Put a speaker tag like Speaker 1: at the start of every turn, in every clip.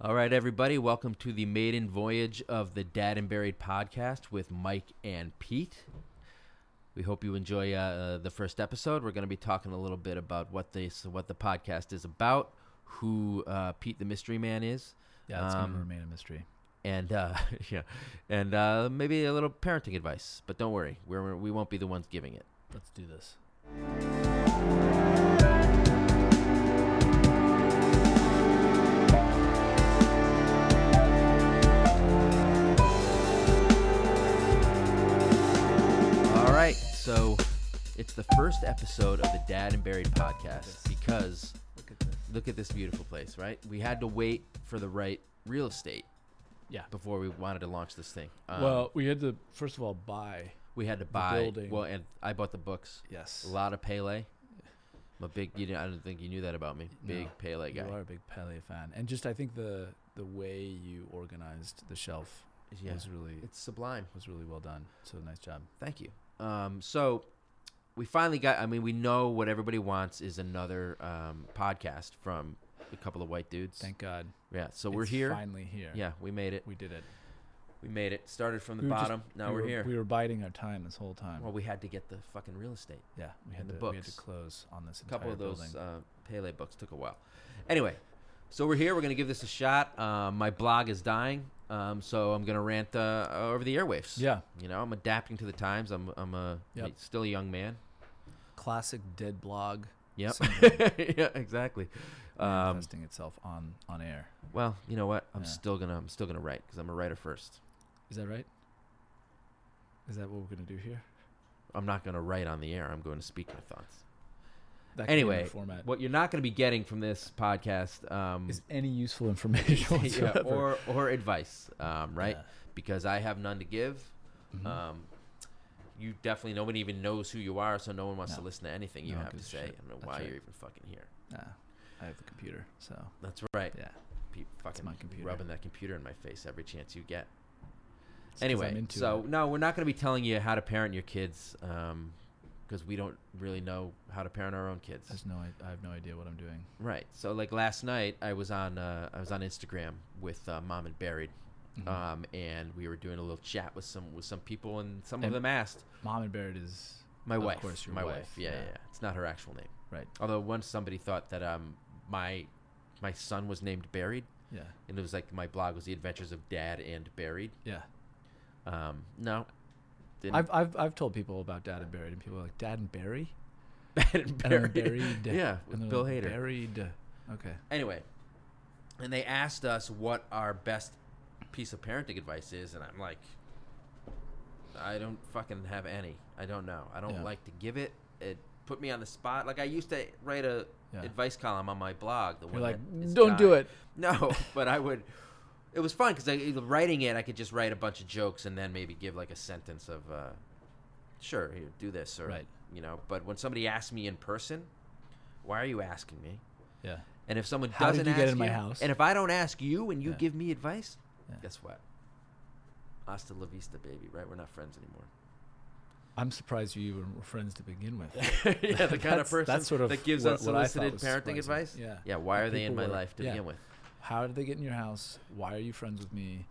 Speaker 1: All right, everybody, welcome to the maiden voyage of the Dad and Buried podcast with Mike and Pete. We hope you enjoy uh, the first episode. We're going to be talking a little bit about what this, what the podcast is about, who uh, Pete the Mystery Man is,
Speaker 2: Yeah, it's
Speaker 1: Um,
Speaker 2: gonna remain a mystery.
Speaker 1: and uh, yeah, and uh, maybe a little parenting advice. But don't worry, we're, we won't be the ones giving it.
Speaker 2: Let's do this.
Speaker 1: All right, so it's the first episode of the Dad and Buried podcast because
Speaker 2: Look at this.
Speaker 1: look at this beautiful place, right? We had to wait for the right real estate.
Speaker 2: Yeah.
Speaker 1: Before we wanted to launch this thing. Um,
Speaker 2: well, we had to first of all buy.
Speaker 1: we had to buy.
Speaker 2: building.
Speaker 1: Well, and I bought the books.
Speaker 2: Yes.
Speaker 1: A lot of Pele. I'm a big. You didn't, I don't think you knew that about me. Big
Speaker 2: No,
Speaker 1: Pele
Speaker 2: You
Speaker 1: guy.
Speaker 2: are a big Pele fan, and just I think the the way you organized the shelf
Speaker 1: Yeah.
Speaker 2: was really
Speaker 1: It's sublime.
Speaker 2: was really well done. So nice job.
Speaker 1: Thank you. Um, so we finally got. I mean, we know what everybody wants is another um, podcast from a couple of white dudes.
Speaker 2: Thank God.
Speaker 1: yeah. So we're
Speaker 2: It's
Speaker 1: here.
Speaker 2: Finally here.
Speaker 1: Yeah, we made it.
Speaker 2: We did it.
Speaker 1: We made it. Started from the
Speaker 2: We were just-
Speaker 1: bottom. now
Speaker 2: we
Speaker 1: we're,
Speaker 2: were,
Speaker 1: here.
Speaker 2: We were biding our time this whole time.
Speaker 1: well, we had to get the fucking real estate.
Speaker 2: yeah. We had
Speaker 1: and the
Speaker 2: to we had to
Speaker 1: books.
Speaker 2: close on this
Speaker 1: A
Speaker 2: entire
Speaker 1: couple of those
Speaker 2: building.
Speaker 1: uh, Pele books took a while. Anyway, so we're here. We're going to give this a shot. Uh, my blog is dying, um, so I'm going to rant uh, over the airwaves.
Speaker 2: yeah.
Speaker 1: You know, I'm adapting to the times. I'm, I'm a,
Speaker 2: Yep.
Speaker 1: still a young man.
Speaker 2: Classic dead blog
Speaker 1: Yep.
Speaker 2: syndrome
Speaker 1: yeah, exactly. Um,
Speaker 2: manifesting itself on on air.
Speaker 1: well, you know what? I'm
Speaker 2: Yeah.
Speaker 1: still gonna I'm still gonna write because I'm a writer first.
Speaker 2: Is that right? Is that what we're gonna do here?
Speaker 1: I'm not gonna write on the air. I'm going to speak my thoughts.
Speaker 2: That could be in the
Speaker 1: Anyway,
Speaker 2: format.
Speaker 1: what you're not gonna be getting from this podcast um,
Speaker 2: is any useful information
Speaker 1: yeah,
Speaker 2: whatsoever.
Speaker 1: or or advice, um, right?
Speaker 2: Yeah.
Speaker 1: Because I have none to give.
Speaker 2: Mhm.
Speaker 1: Um, you definitely nobody even knows who you are, so no one wants to
Speaker 2: No.
Speaker 1: listen to anything you
Speaker 2: No one
Speaker 1: have to
Speaker 2: gives a
Speaker 1: say. I
Speaker 2: shit.
Speaker 1: don't know
Speaker 2: That's
Speaker 1: why
Speaker 2: right.
Speaker 1: you're even fucking here.
Speaker 2: Nah, I have the computer, so
Speaker 1: That's right.
Speaker 2: yeah.
Speaker 1: Pe- fucking
Speaker 2: my computer.
Speaker 1: rubbing that computer in my face every chance you get.
Speaker 2: It's 'cause I'm
Speaker 1: Anyway,
Speaker 2: into
Speaker 1: so
Speaker 2: it.
Speaker 1: no, we're not going to be telling you how to parent your kids um, because we don't really know how to parent our own kids.
Speaker 2: there's no, I, I have no idea what I'm doing.
Speaker 1: Right. So like last night, I was on uh, I was on Instagram with uh, Mom and Buried,
Speaker 2: Mhm.
Speaker 1: um, and we were doing a little chat with some with some people, and some of
Speaker 2: And-
Speaker 1: them asked
Speaker 2: Mom and Barrett is
Speaker 1: my
Speaker 2: of
Speaker 1: wife,
Speaker 2: course, your
Speaker 1: my wife.
Speaker 2: wife,
Speaker 1: Yeah, yeah,
Speaker 2: yeah.
Speaker 1: yeah. It's not her actual name.
Speaker 2: right.
Speaker 1: Although once somebody thought that um my my son was named Buried,
Speaker 2: Yeah,
Speaker 1: and it was like my blog was the Adventures of Dad and Buried.
Speaker 2: yeah.
Speaker 1: Um, no, didn't.
Speaker 2: I've, I've I've told people about Dad and Barrett, and people are like Dad and Barry,
Speaker 1: Dad and
Speaker 2: and I'm
Speaker 1: Buried.
Speaker 2: buried.
Speaker 1: Yeah,
Speaker 2: and
Speaker 1: with
Speaker 2: they're
Speaker 1: Bill
Speaker 2: like,
Speaker 1: Hader.
Speaker 2: Buried. Okay.
Speaker 1: Anyway, and they asked us what our best piece of parenting advice is, and I'm like, I don't fucking have any. I don't know. I don't
Speaker 2: Yeah.
Speaker 1: like to give it. It put me on the spot. Like I used to write a
Speaker 2: Yeah.
Speaker 1: advice column on my blog. The
Speaker 2: You're
Speaker 1: one
Speaker 2: like,
Speaker 1: that is
Speaker 2: don't do
Speaker 1: dying."
Speaker 2: it.
Speaker 1: No, but I would. It was fun because writing it, I could just write a bunch of jokes and then maybe give like a sentence of, uh, sure, here, do this or
Speaker 2: Right.
Speaker 1: you know. But when somebody asks me in person, why are you asking me?
Speaker 2: Yeah.
Speaker 1: And if someone
Speaker 2: How did
Speaker 1: doesn't
Speaker 2: you
Speaker 1: ask
Speaker 2: get in my
Speaker 1: you-
Speaker 2: house?
Speaker 1: and if I don't ask you and you
Speaker 2: Yeah.
Speaker 1: give me advice,
Speaker 2: Yeah.
Speaker 1: guess what? Hasta la vista, baby. Right? We're not friends anymore.
Speaker 2: I'm surprised you even were friends to begin with.
Speaker 1: yeah, the kind of
Speaker 2: That's-
Speaker 1: person
Speaker 2: that's sort of
Speaker 1: that gives
Speaker 2: what- what I thought
Speaker 1: unsolicited
Speaker 2: was
Speaker 1: parenting
Speaker 2: surprising.
Speaker 1: advice.
Speaker 2: Yeah.
Speaker 1: Yeah. Why
Speaker 2: That
Speaker 1: are they in
Speaker 2: people
Speaker 1: my
Speaker 2: were-
Speaker 1: life to
Speaker 2: yeah.
Speaker 1: begin with?
Speaker 2: How did they get in your house? Why are you friends with me?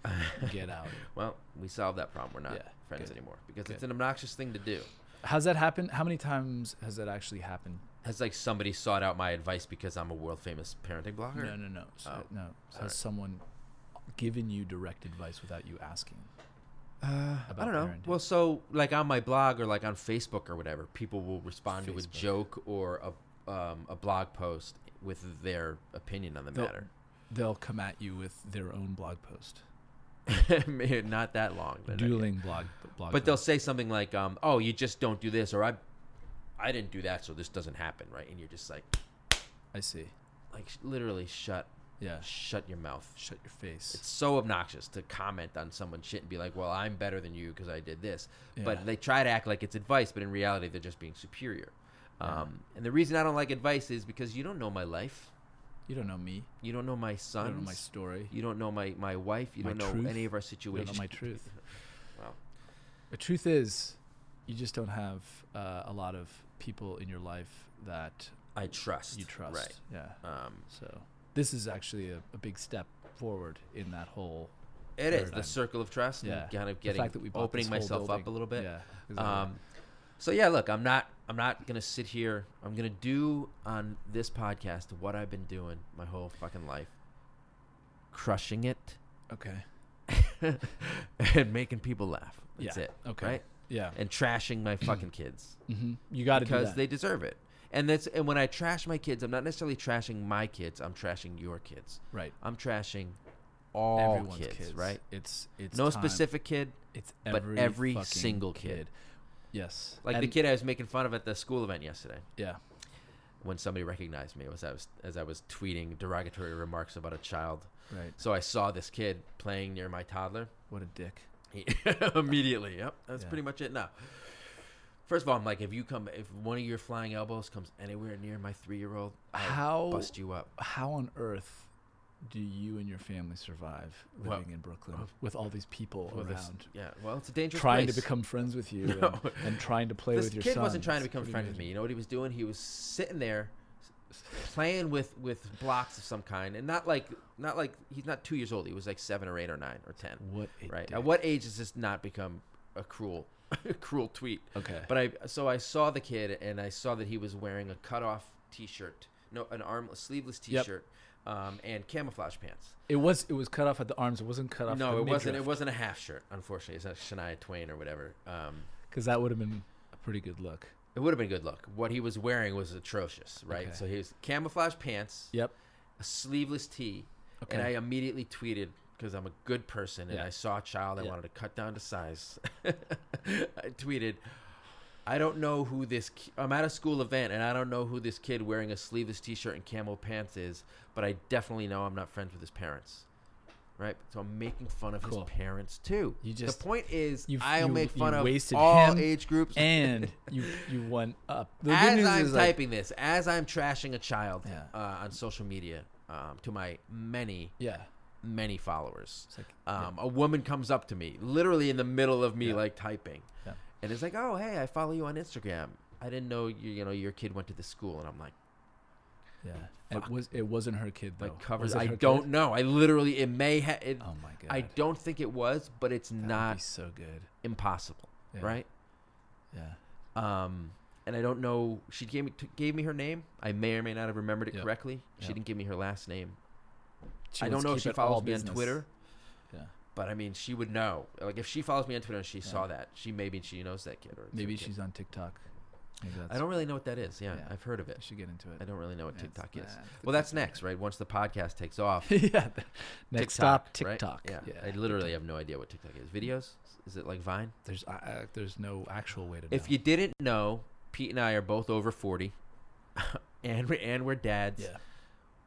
Speaker 2: Get out.
Speaker 1: Well, we solved that problem. We're not
Speaker 2: Yeah,
Speaker 1: friends
Speaker 2: good,
Speaker 1: anymore because it's
Speaker 2: good.
Speaker 1: an obnoxious thing to do.
Speaker 2: Has that happened? How many times has that actually happened?
Speaker 1: Has like somebody sought out my advice because I'm a world famous parenting blogger?
Speaker 2: No, no, no. So,
Speaker 1: Oh,
Speaker 2: no.
Speaker 1: sorry.
Speaker 2: Has someone given you direct advice without you asking?
Speaker 1: Uh, I
Speaker 2: about
Speaker 1: don't know.
Speaker 2: parenting.
Speaker 1: Well, so like on my blog or like on Facebook or whatever, people will respond to a
Speaker 2: Facebook.
Speaker 1: joke or a um, a blog post with their opinion on the
Speaker 2: They'll-
Speaker 1: matter.
Speaker 2: They'll come at you with their own blog post,
Speaker 1: Maybe Not that long, but,
Speaker 2: dueling blog blog.
Speaker 1: but they'll
Speaker 2: post.
Speaker 1: say something like, um, "Oh, you just don't do this," or "I, I didn't do that, so this doesn't happen," right? And you're just like,
Speaker 2: I see.
Speaker 1: like sh- literally shut, uh,
Speaker 2: Yeah.
Speaker 1: shut your mouth.
Speaker 2: Shut your face.
Speaker 1: It's so obnoxious to comment on someone's shit and be like, "Well, I'm better than you because I did this."
Speaker 2: Yeah.
Speaker 1: But they try to act like it's advice, but in reality, they're just being superior.
Speaker 2: Yeah.
Speaker 1: Um, and the reason I don't like advice is because you don't know my life,
Speaker 2: you don't know me.
Speaker 1: you don't know my
Speaker 2: You
Speaker 1: sons,
Speaker 2: don't know my story. You
Speaker 1: you don't know my, my wife, you
Speaker 2: My
Speaker 1: don't know
Speaker 2: truth.
Speaker 1: any of our
Speaker 2: don't
Speaker 1: situations.
Speaker 2: know my truth.
Speaker 1: Wow.
Speaker 2: The truth is, you just don't have uh, a lot of people in your life that
Speaker 1: I trust.
Speaker 2: you trust.
Speaker 1: Right.
Speaker 2: Yeah.
Speaker 1: Um,
Speaker 2: So this is actually a, a big step forward in that whole.
Speaker 1: It is the
Speaker 2: Paradigm.
Speaker 1: circle of trust.
Speaker 2: Yeah.
Speaker 1: and kind of
Speaker 2: the
Speaker 1: getting
Speaker 2: fact that we bought
Speaker 1: opening
Speaker 2: this whole
Speaker 1: myself up a
Speaker 2: building.
Speaker 1: little bit.
Speaker 2: Yeah. exactly.
Speaker 1: Um, so yeah, look, I'm not I'm not gonna sit here. I'm gonna do on this podcast what I've been doing my whole fucking life, crushing it
Speaker 2: okay.
Speaker 1: and making people laugh. That's
Speaker 2: Yeah.
Speaker 1: it.
Speaker 2: Okay.
Speaker 1: Right?
Speaker 2: Yeah.
Speaker 1: And trashing my fucking kids
Speaker 2: hmm You got to do
Speaker 1: because
Speaker 2: that.
Speaker 1: they deserve it. And that's and when I trash my kids, I'm not necessarily trashing my kids. I'm trashing your kids.
Speaker 2: right.
Speaker 1: I'm trashing all kids, Right?
Speaker 2: It's it's
Speaker 1: no
Speaker 2: time.
Speaker 1: specific kid.
Speaker 2: It's
Speaker 1: but every
Speaker 2: fucking
Speaker 1: single kid.
Speaker 2: Yes.
Speaker 1: Like the
Speaker 2: And-
Speaker 1: kid I was making fun of at the school event yesterday.
Speaker 2: Yeah.
Speaker 1: when somebody recognized me was I was as I was tweeting derogatory remarks about a child.
Speaker 2: Right.
Speaker 1: So I saw this kid playing near my toddler.
Speaker 2: What a dick.
Speaker 1: He- immediately, yep, that's
Speaker 2: Yeah.
Speaker 1: pretty much it. Now, first of all, I'm like, if you come, if one of your flying elbows comes anywhere near my three year old, I'll
Speaker 2: How
Speaker 1: bust you up.
Speaker 2: how on earth do you and your family survive living
Speaker 1: Well,
Speaker 2: in Brooklyn
Speaker 1: well,
Speaker 2: with all these people
Speaker 1: Well, this-
Speaker 2: around?
Speaker 1: yeah, well, it's a dangerous
Speaker 2: Trying to
Speaker 1: place.
Speaker 2: become friends with you
Speaker 1: No.
Speaker 2: and, and trying to play
Speaker 1: This
Speaker 2: with your
Speaker 1: kid
Speaker 2: son.
Speaker 1: wasn't trying to
Speaker 2: It's
Speaker 1: become
Speaker 2: pretty
Speaker 1: friends with
Speaker 2: amazing.
Speaker 1: me. You know what he was doing? He was sitting there playing with with blocks of some kind, and not like not like he's not two years old. He was like seven or eight or nine or ten.
Speaker 2: What a
Speaker 1: right
Speaker 2: dick.
Speaker 1: at what age does this not become a cruel a cruel tweet
Speaker 2: Okay.
Speaker 1: but i so i saw the kid and i saw that he was wearing a cutoff t-shirt no an armless sleeveless
Speaker 2: Yep.
Speaker 1: t-shirt um, and camouflage pants
Speaker 2: it was it was cut off at the arms. It wasn't cut off.
Speaker 1: no it wasn't it wasn't a half shirt unfortunately it's not shania twain or whatever um,
Speaker 2: because that would have been a pretty good look.
Speaker 1: it would have been a good look what he was wearing was atrocious right
Speaker 2: Okay.
Speaker 1: so he was camouflage pants
Speaker 2: Yep.
Speaker 1: a sleeveless tee and
Speaker 2: Okay.
Speaker 1: i immediately tweeted because i'm a good person and
Speaker 2: Yeah.
Speaker 1: i saw a child i
Speaker 2: Yeah.
Speaker 1: wanted to cut down to size i tweeted i don't know who this ki- i'm at a school event and i don't know who this kid wearing a sleeveless t-shirt and camo pants is but i definitely know i'm not friends with his parents right so i'm making fun of
Speaker 2: Cool.
Speaker 1: his parents too
Speaker 2: You just-
Speaker 1: the point is
Speaker 2: you-
Speaker 1: i'll
Speaker 2: you-
Speaker 1: make
Speaker 2: you
Speaker 1: fun of
Speaker 2: wasted
Speaker 1: all
Speaker 2: him
Speaker 1: age groups
Speaker 2: And you you went up. The good
Speaker 1: as
Speaker 2: news
Speaker 1: I'm
Speaker 2: is, like,
Speaker 1: typing this, as I'm trashing a child
Speaker 2: Yeah.
Speaker 1: uh, on social media um, to my many,
Speaker 2: yeah.
Speaker 1: many followers,
Speaker 2: It's like
Speaker 1: um, a woman comes up to me, literally in the middle of me
Speaker 2: Yeah.
Speaker 1: like typing,
Speaker 2: Yeah.
Speaker 1: and it's like, "Oh, hey, I follow you on Instagram. I didn't know you, you know your kid went to this school." And I'm like,
Speaker 2: yeah. It was it wasn't her kid though.
Speaker 1: "Like covers?
Speaker 2: Was it
Speaker 1: I
Speaker 2: her kid?
Speaker 1: don't know. I literally it may ha- it,
Speaker 2: Oh my god.
Speaker 1: I don't think it was, but it's
Speaker 2: That would
Speaker 1: not
Speaker 2: be so good.
Speaker 1: impossible,
Speaker 2: Yeah.
Speaker 1: right?"
Speaker 2: Yeah.
Speaker 1: Um, and I don't know. She gave me t- gave me her name. I may or may not have remembered it
Speaker 2: Yep.
Speaker 1: correctly. She
Speaker 2: Yep.
Speaker 1: didn't give me her last name.
Speaker 2: She
Speaker 1: I
Speaker 2: wants
Speaker 1: don't
Speaker 2: to
Speaker 1: know if
Speaker 2: keep
Speaker 1: she
Speaker 2: it all
Speaker 1: follows me on
Speaker 2: business.
Speaker 1: Twitter,
Speaker 2: Yeah.
Speaker 1: but I mean, she would know. Like, if she follows me on Twitter and she saw that, she maybe she knows that kid. Or it's her
Speaker 2: Maybe
Speaker 1: kid.
Speaker 2: she's on TikTok. Maybe that's
Speaker 1: I don't really know what that is. Yeah,
Speaker 2: Yeah.
Speaker 1: I've heard of
Speaker 2: I
Speaker 1: it.
Speaker 2: should get into
Speaker 1: I
Speaker 2: it.
Speaker 1: don't really know what
Speaker 2: Yeah, it's-
Speaker 1: TikTok is.
Speaker 2: nah, it's
Speaker 1: Well, that's
Speaker 2: TikTok.
Speaker 1: next, right? Once the podcast takes off.
Speaker 2: yeah. the- Next stop
Speaker 1: right?
Speaker 2: TikTok.
Speaker 1: Yeah. I literally have no idea what TikTok is. Videos? Is it like Vine?
Speaker 2: There's I, I, there's no actual way to know.
Speaker 1: If you didn't know, Pete and I are both over 40. and we're and we're dads.
Speaker 2: yeah.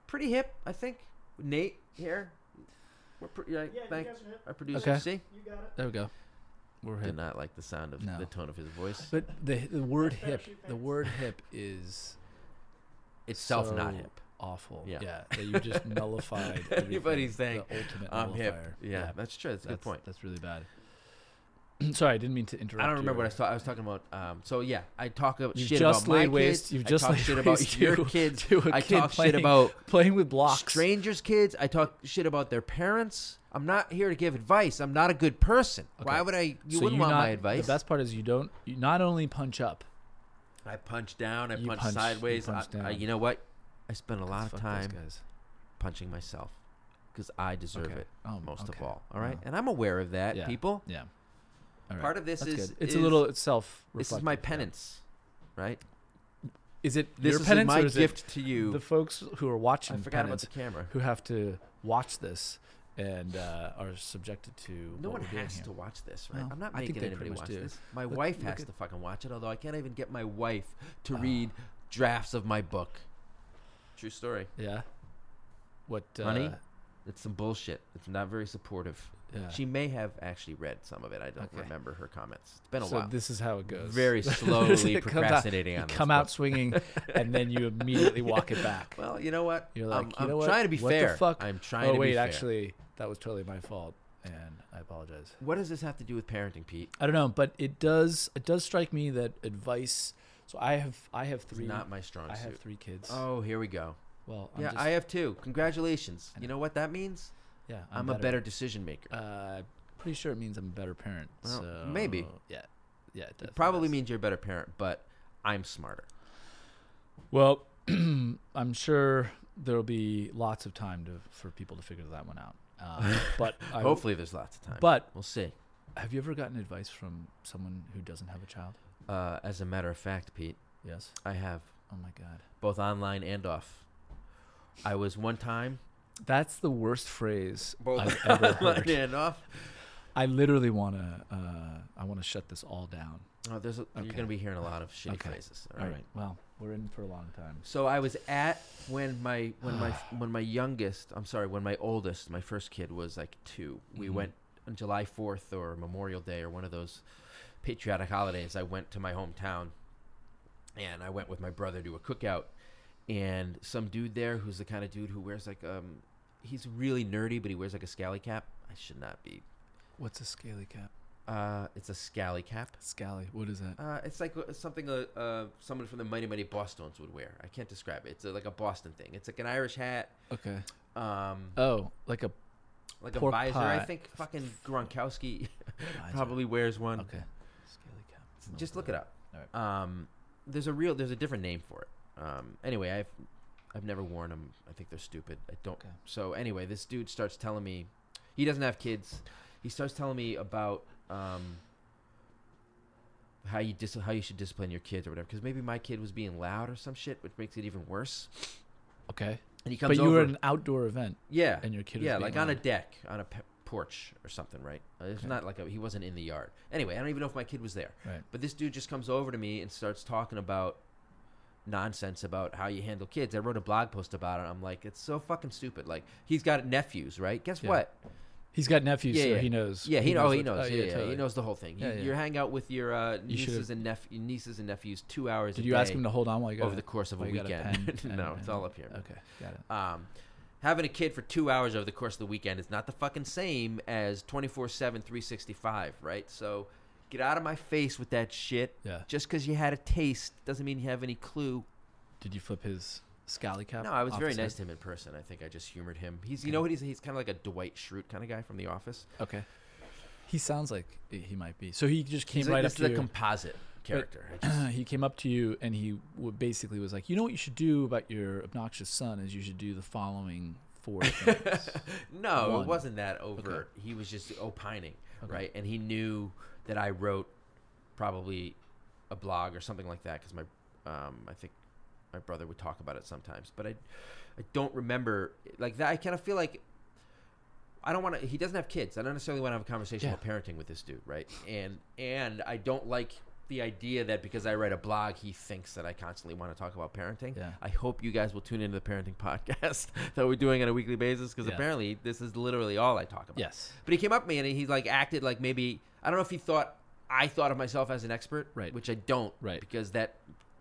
Speaker 1: Pretty hip, I think. Nate here. We're pretty like
Speaker 3: Yeah, you
Speaker 1: thank
Speaker 3: guys are hip.
Speaker 1: our producer,
Speaker 2: Okay.
Speaker 1: see?
Speaker 3: You got it.
Speaker 2: There we go. We're
Speaker 1: Did
Speaker 2: hip.
Speaker 1: not like the sound of
Speaker 2: No.
Speaker 1: the tone of his voice.
Speaker 2: But the the word
Speaker 3: That's better
Speaker 2: hip,
Speaker 3: shoot
Speaker 2: the
Speaker 3: thanks.
Speaker 2: word hip is
Speaker 1: It's self not
Speaker 2: so
Speaker 1: hip.
Speaker 2: Awful.
Speaker 1: Yeah.
Speaker 2: Yeah. that you just nullified. everything.
Speaker 1: Anybody's
Speaker 2: The
Speaker 1: saying,
Speaker 2: ultimate
Speaker 1: I'm hip.
Speaker 2: nullifier.
Speaker 1: Yeah, that's true. That's a good point.
Speaker 2: That's really bad. Sorry, I didn't mean to interrupt.
Speaker 1: I don't remember what I
Speaker 2: your-
Speaker 1: was, ta- I was talking about. Um, so yeah, I talk about
Speaker 2: You've
Speaker 1: shit
Speaker 2: just
Speaker 1: about my
Speaker 2: laid waste-
Speaker 1: kids.
Speaker 2: you've
Speaker 1: I
Speaker 2: just
Speaker 1: talk
Speaker 2: laid
Speaker 1: shit about
Speaker 2: waste
Speaker 1: your
Speaker 2: to-
Speaker 1: kids.
Speaker 2: to a
Speaker 1: I
Speaker 2: kid
Speaker 1: talk shit
Speaker 2: playing-
Speaker 1: about
Speaker 2: Playing with blocks.
Speaker 1: strangers' kids. I talk shit about their parents. I'm not here to give advice. I'm not a good person. Why
Speaker 2: Okay.
Speaker 1: would I? You
Speaker 2: So
Speaker 1: wouldn't want
Speaker 2: not,
Speaker 1: my advice.
Speaker 2: The best part is you don't. You not only punch up.
Speaker 1: I punch down. I
Speaker 2: You
Speaker 1: punch,
Speaker 2: punch- you
Speaker 1: sideways.
Speaker 2: punch
Speaker 1: I, I,
Speaker 2: down.
Speaker 1: you know what? I spend a lot of
Speaker 2: Fuck
Speaker 1: time
Speaker 2: Those guys.
Speaker 1: punching myself because I deserve
Speaker 2: Okay.
Speaker 1: it
Speaker 2: Oh,
Speaker 1: most of
Speaker 2: okay.
Speaker 1: all. All right,
Speaker 2: Wow.
Speaker 1: and I'm aware of that,
Speaker 2: Yeah.
Speaker 1: people.
Speaker 2: Yeah. All right.
Speaker 1: Part of this
Speaker 2: That's
Speaker 1: is
Speaker 2: good. it's
Speaker 1: is-
Speaker 2: a little it's self.
Speaker 1: This is my penance, right?
Speaker 2: Is it
Speaker 1: This
Speaker 2: your
Speaker 1: is
Speaker 2: penance
Speaker 1: my
Speaker 2: or is it
Speaker 1: gift to you.
Speaker 2: The folks who are watching
Speaker 1: I forgot about
Speaker 2: penance
Speaker 1: the camera.
Speaker 2: who have to watch this and uh, are subjected to
Speaker 1: No
Speaker 2: what
Speaker 1: one
Speaker 2: we're doing
Speaker 1: has
Speaker 2: here.
Speaker 1: to watch this, right?
Speaker 2: No,
Speaker 1: I'm not
Speaker 2: I think
Speaker 1: making
Speaker 2: they
Speaker 1: anybody
Speaker 2: pretty much
Speaker 1: watch
Speaker 2: do.
Speaker 1: this. My
Speaker 2: Look-
Speaker 1: wife
Speaker 2: look
Speaker 1: has
Speaker 2: at-
Speaker 1: to fucking watch it, although I can't even get my wife to
Speaker 2: Oh.
Speaker 1: read drafts of my book. True story.
Speaker 2: Yeah. What? Uh,
Speaker 1: Honey? It's some bullshit. It's not very supportive.
Speaker 2: Yeah.
Speaker 1: She may have actually read some of it. I don't
Speaker 2: Okay.
Speaker 1: remember her comments. It's been a
Speaker 2: so
Speaker 1: while.
Speaker 2: this is how it goes.
Speaker 1: Very
Speaker 2: This is-
Speaker 1: slowly
Speaker 2: it comes out-
Speaker 1: procrastinating
Speaker 2: you
Speaker 1: on this
Speaker 2: come out
Speaker 1: book.
Speaker 2: swinging, and then you immediately walk it back.
Speaker 1: well, you know what?
Speaker 2: You're
Speaker 1: I'm-
Speaker 2: like, you
Speaker 1: I'm,
Speaker 2: know what?
Speaker 1: trying to be
Speaker 2: What the
Speaker 1: fair.
Speaker 2: fuck?
Speaker 1: I'm trying
Speaker 2: Oh
Speaker 1: to
Speaker 2: wait,
Speaker 1: be fair.
Speaker 2: actually, that was totally my fault, and I apologize.
Speaker 1: What does this have to do with parenting, Pete?
Speaker 2: I don't know, but it does it does strike me that advice. So I have I have
Speaker 1: It's
Speaker 2: three.
Speaker 1: not my strong
Speaker 2: I
Speaker 1: suit.
Speaker 2: have three kids.
Speaker 1: Oh, here we go.
Speaker 2: well, I'm
Speaker 1: yeah,
Speaker 2: just,
Speaker 1: I have two. Congratulations.
Speaker 2: I
Speaker 1: You
Speaker 2: know.
Speaker 1: know what that means?
Speaker 2: Yeah,
Speaker 1: I'm, a better decision maker.
Speaker 2: Uh, pretty sure it means I'm a better parent.
Speaker 1: Well,
Speaker 2: so
Speaker 1: maybe.
Speaker 2: Yeah, yeah. It
Speaker 1: it probably
Speaker 2: means.
Speaker 1: means you're a better parent, but I'm smarter.
Speaker 2: Well, I'm sure there'll be lots of time to, for people to figure that one out. Uh, but I,
Speaker 1: Hopefully, there's lots of time.
Speaker 2: but
Speaker 1: we'll see.
Speaker 2: have you ever gotten advice from someone who doesn't have a child?
Speaker 1: Uh, as a matter of fact, Pete,
Speaker 2: Yes.
Speaker 1: I have
Speaker 2: Oh my god.
Speaker 1: both online and off. I was one time
Speaker 2: That's the worst phrase
Speaker 1: both
Speaker 2: I've ever
Speaker 1: online
Speaker 2: heard.
Speaker 1: and off.
Speaker 2: I literally want to. Uh, I want to shut this all down.
Speaker 1: Oh, there's a, you're
Speaker 2: Okay.
Speaker 1: gonna be hearing a lot of shitty
Speaker 2: Okay.
Speaker 1: phrases.
Speaker 2: All right. Well, we're in for a long time.
Speaker 1: So I was at when my when my when my youngest, I'm sorry, when my oldest, my first kid was like 2. We
Speaker 2: Mhm.
Speaker 1: went on July 4th or Memorial Day or one of those patriotic holidays. I went to my hometown and I went with my brother to a cookout and some dude there who's the kind of dude who wears like um he's really nerdy but he wears like a scally cap. I should not be.
Speaker 2: What's a scaly cap?
Speaker 1: Uh it's a scally cap.
Speaker 2: Scally. What is that?
Speaker 1: Uh, it's like uh, something uh, uh, someone from the Mighty Mighty Boston's would wear. I can't describe it. It's uh like a Boston thing. It's like an Irish hat,
Speaker 2: Okay.
Speaker 1: um,
Speaker 2: Oh, like a
Speaker 1: like a
Speaker 2: pork
Speaker 1: visor. I
Speaker 2: pie.
Speaker 1: think fucking Gronkowski
Speaker 2: visor.
Speaker 1: probably wears one.
Speaker 2: Okay. Scaly cap. It's
Speaker 1: Just
Speaker 2: not
Speaker 1: look it up.
Speaker 2: Alright.
Speaker 1: Um, there's a real, there's a different name for it. Um, anyway, I've I've never worn them. I think they're stupid. I don't.
Speaker 2: Okay.
Speaker 1: So anyway, this dude starts telling me he doesn't have kids. He starts telling me about um, how you dis- how you should discipline your kids or whatever. Because maybe my kid was being loud or some shit, which makes it even worse.
Speaker 2: Okay.
Speaker 1: And he comes
Speaker 2: But you
Speaker 1: over.
Speaker 2: were at an outdoor event
Speaker 1: yeah,
Speaker 2: and your kid was
Speaker 1: yeah,
Speaker 2: being
Speaker 1: like on a
Speaker 2: loud.
Speaker 1: deck, on a pe- porch or something, right? Uh, It's
Speaker 2: Okay.
Speaker 1: not like a, he wasn't in the yard. Anyway, I don't even know if my kid was there.
Speaker 2: Right.
Speaker 1: But this dude just comes over to me and starts talking about nonsense about how you handle kids. I wrote a blog post about it. I'm like, it's so fucking stupid. Like he's got nephews, right? Guess
Speaker 2: Yeah.
Speaker 1: what?
Speaker 2: He's got nephews,
Speaker 1: Yeah,
Speaker 2: so
Speaker 1: yeah.
Speaker 2: he knows.
Speaker 1: Yeah, he, knows. he
Speaker 2: what-
Speaker 1: knows. yeah, yeah,
Speaker 2: totally.
Speaker 1: he knows the whole thing. You,
Speaker 2: Yeah, yeah.
Speaker 1: you hang out with your uh,
Speaker 2: You should've-
Speaker 1: nieces and nep- nieces and nephews two hours.
Speaker 2: Did
Speaker 1: a
Speaker 2: you ask
Speaker 1: day
Speaker 2: him to hold on while you got
Speaker 1: over the course of a
Speaker 2: while you got
Speaker 1: weekend?
Speaker 2: pen
Speaker 1: no,
Speaker 2: and-
Speaker 1: it's all up here. man.
Speaker 2: Okay, got it.
Speaker 1: Um, having a kid for two hours over the course of the weekend is not the fucking same as 24 7, 365, right? So get out of my face with that shit.
Speaker 2: Yeah.
Speaker 1: Just because you had a taste doesn't mean you have any clue.
Speaker 2: Did you flip his scally cap?
Speaker 1: No, I was
Speaker 2: off
Speaker 1: very
Speaker 2: his
Speaker 1: nice
Speaker 2: head?
Speaker 1: to him in person. I think I just humored him. He's, you
Speaker 2: Okay.
Speaker 1: know what he's, he's kind of like a Dwight Schrute kind of guy from The Office.
Speaker 2: Okay. He sounds like i- he might be. So he just came
Speaker 1: He's like,
Speaker 2: right
Speaker 1: this
Speaker 2: up
Speaker 1: is
Speaker 2: to
Speaker 1: a
Speaker 2: you.
Speaker 1: composite character. I just-
Speaker 2: he came up to you and he w- basically was like, "You know what you should do about your obnoxious son is you should do the following four things."
Speaker 1: no, it
Speaker 2: One.
Speaker 1: wasn't that overt. He was just opining,
Speaker 2: Okay.
Speaker 1: right? And he knew that I wrote probably a blog or something like that because my, um, I think my brother would talk about it sometimes. But I, I don't remember like that. I kind of feel like I don't want to. He doesn't have kids. I don't necessarily want to have a conversation
Speaker 2: Yeah.
Speaker 1: about parenting with this dude, right? And and I don't like the idea that because I write a blog, he thinks that I constantly want to talk about parenting.
Speaker 2: Yeah.
Speaker 1: I hope you guys will tune into the parenting podcast that we're doing on a weekly basis because
Speaker 2: Yeah.
Speaker 1: apparently this is literally all I talk about.
Speaker 2: yes.
Speaker 1: But he came up to me and he like acted like maybe I don't know if he thought I thought of myself as an expert,
Speaker 2: Right.
Speaker 1: Which I don't,
Speaker 2: Right.
Speaker 1: Because that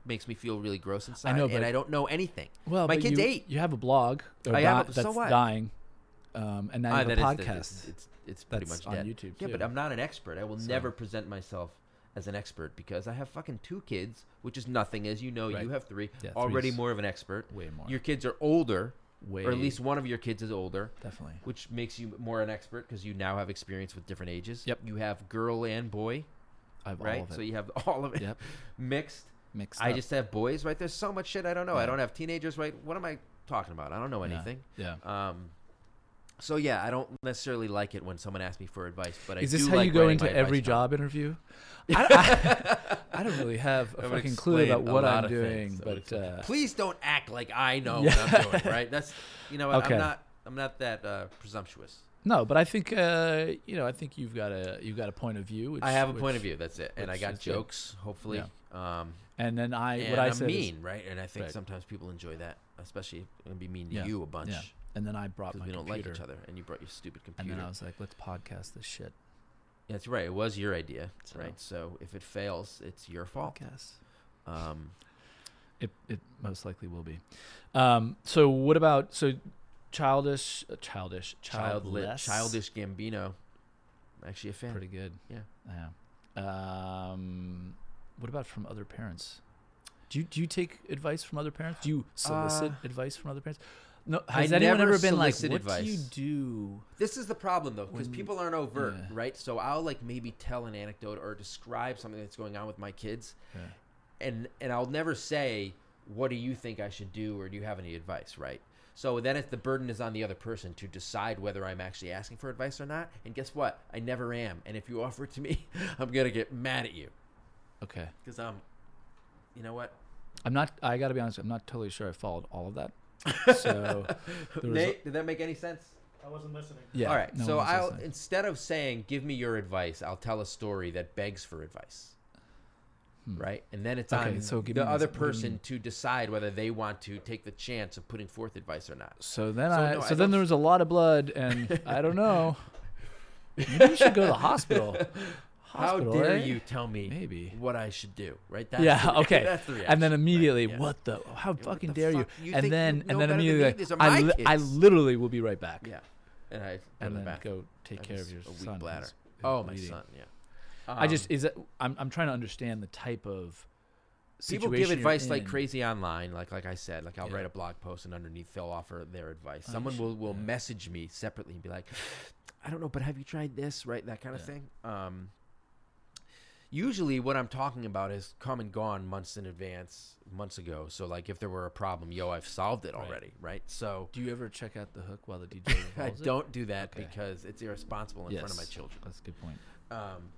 Speaker 1: makes me feel really gross inside,
Speaker 2: know,
Speaker 1: and
Speaker 2: but-
Speaker 1: I don't know anything.
Speaker 2: Well,
Speaker 1: my
Speaker 2: but
Speaker 1: kid's
Speaker 2: you,
Speaker 1: eight.
Speaker 2: You have a blog. or
Speaker 1: I have
Speaker 2: di-
Speaker 1: a- so
Speaker 2: that's
Speaker 1: what?
Speaker 2: dying. Um, and now you
Speaker 1: Ah,
Speaker 2: have a
Speaker 1: that is the-
Speaker 2: podcast.
Speaker 1: it's, it's, it's pretty
Speaker 2: That's
Speaker 1: much
Speaker 2: on
Speaker 1: dead.
Speaker 2: YouTube,
Speaker 1: Yeah, but
Speaker 2: too.
Speaker 1: I'm not an expert. I will
Speaker 2: So-
Speaker 1: never present myself as an expert because I have fucking two kids, which is nothing. As you know,
Speaker 2: Right.
Speaker 1: you have three.
Speaker 2: Yeah,
Speaker 1: already
Speaker 2: three's
Speaker 1: more of an expert.
Speaker 2: way more.
Speaker 1: Your kids are older,
Speaker 2: way
Speaker 1: or at least one of your kids is older,
Speaker 2: definitely.
Speaker 1: which makes you more an expert because you now have experience with different ages.
Speaker 2: Yep.
Speaker 1: You have girl and boy,
Speaker 2: I have all
Speaker 1: right?
Speaker 2: of it.
Speaker 1: So you have all of it
Speaker 2: Yep.
Speaker 1: mixed.
Speaker 2: Mixed
Speaker 1: I
Speaker 2: up.
Speaker 1: just have boys, right? There's so much shit I don't know. I
Speaker 2: Yeah.
Speaker 1: don't have teenagers, right? What am I talking about? I don't know
Speaker 2: Yeah.
Speaker 1: anything.
Speaker 2: Yeah.
Speaker 1: Um, so yeah, I don't necessarily like it when someone asks me for advice, but
Speaker 2: Is
Speaker 1: I
Speaker 2: this
Speaker 1: do
Speaker 2: how
Speaker 1: like
Speaker 2: you go
Speaker 1: writing
Speaker 2: into
Speaker 1: my
Speaker 2: every
Speaker 1: advice down.
Speaker 2: job interview? I, I, I don't really have a
Speaker 1: That would
Speaker 2: fucking clue
Speaker 1: explain
Speaker 2: about
Speaker 1: a
Speaker 2: what
Speaker 1: lot
Speaker 2: I'm
Speaker 1: of
Speaker 2: doing,
Speaker 1: things. That would
Speaker 2: but
Speaker 1: explain-
Speaker 2: uh,
Speaker 1: please don't act like I know what
Speaker 2: Yeah.
Speaker 1: I'm doing. Right? That's you know what,
Speaker 2: Okay.
Speaker 1: I'm not I'm not that uh, presumptuous.
Speaker 2: no, but I think uh, you know, I think you've got a you've got a point of view. Which,
Speaker 1: I have a
Speaker 2: which-
Speaker 1: point of view. That's it, and I
Speaker 2: which
Speaker 1: got
Speaker 2: is good.
Speaker 1: jokes. Hopefully, um,
Speaker 2: and then I
Speaker 1: and
Speaker 2: what I
Speaker 1: I'm
Speaker 2: said, is-
Speaker 1: mean, right? And I think
Speaker 2: Right.
Speaker 1: sometimes people enjoy that, especially if I'm gonna be mean to
Speaker 2: Yeah.
Speaker 1: you a bunch
Speaker 2: yeah,
Speaker 1: because
Speaker 2: and then I brought my
Speaker 1: we don't
Speaker 2: computer,
Speaker 1: like each other. And you brought your stupid
Speaker 2: and
Speaker 1: computer.
Speaker 2: then I was like, let's podcast this shit.
Speaker 1: That's right. It was your idea,
Speaker 2: So-
Speaker 1: right? So if it fails, it's your fault.
Speaker 2: Podcast.
Speaker 1: Um,
Speaker 2: It it most likely will be. Um, so what about so childish, uh, childish,
Speaker 1: childlit,
Speaker 2: childless,
Speaker 1: childish Gambino. I'm actually a fan.
Speaker 2: pretty good.
Speaker 1: Yeah.
Speaker 2: Yeah. Um, what about from other parents? Do you do you take advice from other parents? Do you solicit
Speaker 1: Uh,
Speaker 2: advice from other parents? No, has
Speaker 1: I
Speaker 2: anyone
Speaker 1: never
Speaker 2: ever been like,
Speaker 1: solicit
Speaker 2: what do you
Speaker 1: advice."
Speaker 2: do?
Speaker 1: This is the problem though, because
Speaker 2: When-
Speaker 1: people aren't overt,
Speaker 2: yeah.
Speaker 1: right? So I'll like maybe tell an anecdote or describe something that's going on with my kids, and and I'll never say, "What do you think I should do?" or "Do you have any advice?" Right? So then it's the burden is on the other person to decide whether I'm actually asking for advice or not. And guess what? I never am. And if you offer it to me, I'm gonna get mad at you
Speaker 2: Okay.
Speaker 1: because I'm, you know what?
Speaker 2: I'm not, I got to be honest, I'm not totally sure I followed all of that. So, there was a-
Speaker 1: Nate, did that make any sense?
Speaker 3: I wasn't listening.
Speaker 2: yeah.
Speaker 1: All right.
Speaker 2: no
Speaker 1: so
Speaker 2: one was
Speaker 1: I'll
Speaker 2: listening.
Speaker 1: instead of saying "Give me your advice," I'll tell a story that begs for advice.
Speaker 2: Hmm.
Speaker 1: Right, and then it's
Speaker 2: Okay,
Speaker 1: on
Speaker 2: so give
Speaker 1: the
Speaker 2: me an
Speaker 1: other
Speaker 2: exa- what do you
Speaker 1: person
Speaker 2: mean?
Speaker 1: to decide whether they want to take the chance of putting forth advice or not.
Speaker 2: So then
Speaker 1: So,
Speaker 2: I,
Speaker 1: no, I
Speaker 2: so
Speaker 1: don't-
Speaker 2: then there was a lot of blood, and I don't know. Maybe you should go to the hospital. Hospital,
Speaker 1: How dare
Speaker 2: eh?
Speaker 1: you tell me
Speaker 2: Maybe.
Speaker 1: what I should do? Right? That's
Speaker 2: Yeah.
Speaker 1: the-
Speaker 2: okay.
Speaker 1: That's the reaction.
Speaker 2: and then
Speaker 1: right?
Speaker 2: immediately,
Speaker 1: Yeah.
Speaker 2: what the? How
Speaker 1: the
Speaker 2: fucking dare
Speaker 1: fuck? You
Speaker 2: you? And
Speaker 1: think you
Speaker 2: then,
Speaker 1: know
Speaker 2: and then
Speaker 1: better than
Speaker 2: immediately,
Speaker 1: me?
Speaker 2: like,
Speaker 1: These are my
Speaker 2: I, li- I
Speaker 1: kids.
Speaker 2: literally will be right back.
Speaker 1: Yeah. And I go to
Speaker 2: And
Speaker 1: the
Speaker 2: then
Speaker 1: bathroom.
Speaker 2: go take
Speaker 1: That
Speaker 2: care of
Speaker 1: is
Speaker 2: your
Speaker 1: a
Speaker 2: son.
Speaker 1: weak
Speaker 2: who's-
Speaker 1: bladder.
Speaker 2: who's
Speaker 1: Oh, my
Speaker 2: bleeding.
Speaker 1: son. Yeah.
Speaker 2: I just
Speaker 1: Um,
Speaker 2: is that I'm I'm trying to understand the type of
Speaker 1: people
Speaker 2: situation
Speaker 1: give
Speaker 2: you're
Speaker 1: advice like
Speaker 2: in.
Speaker 1: crazy online like like i said like i'll
Speaker 2: Yeah.
Speaker 1: write a blog post and underneath they'll offer their advice
Speaker 2: Oh, you
Speaker 1: someone
Speaker 2: should-
Speaker 1: will will
Speaker 2: yeah.
Speaker 1: message me separately and be like i don't know but have you tried this right that kind of
Speaker 2: Yeah.
Speaker 1: thing um usually what i'm talking about is come and gone months in advance months ago so like if there were a problem yo i've solved it
Speaker 2: Right.
Speaker 1: already right so
Speaker 2: Do you ever check out the hook while the DJ?
Speaker 1: i
Speaker 2: revolves it?
Speaker 1: don't do that
Speaker 2: Okay.
Speaker 1: because it's irresponsible in front of my
Speaker 2: Yes,
Speaker 1: children
Speaker 2: That's a good point.
Speaker 1: um,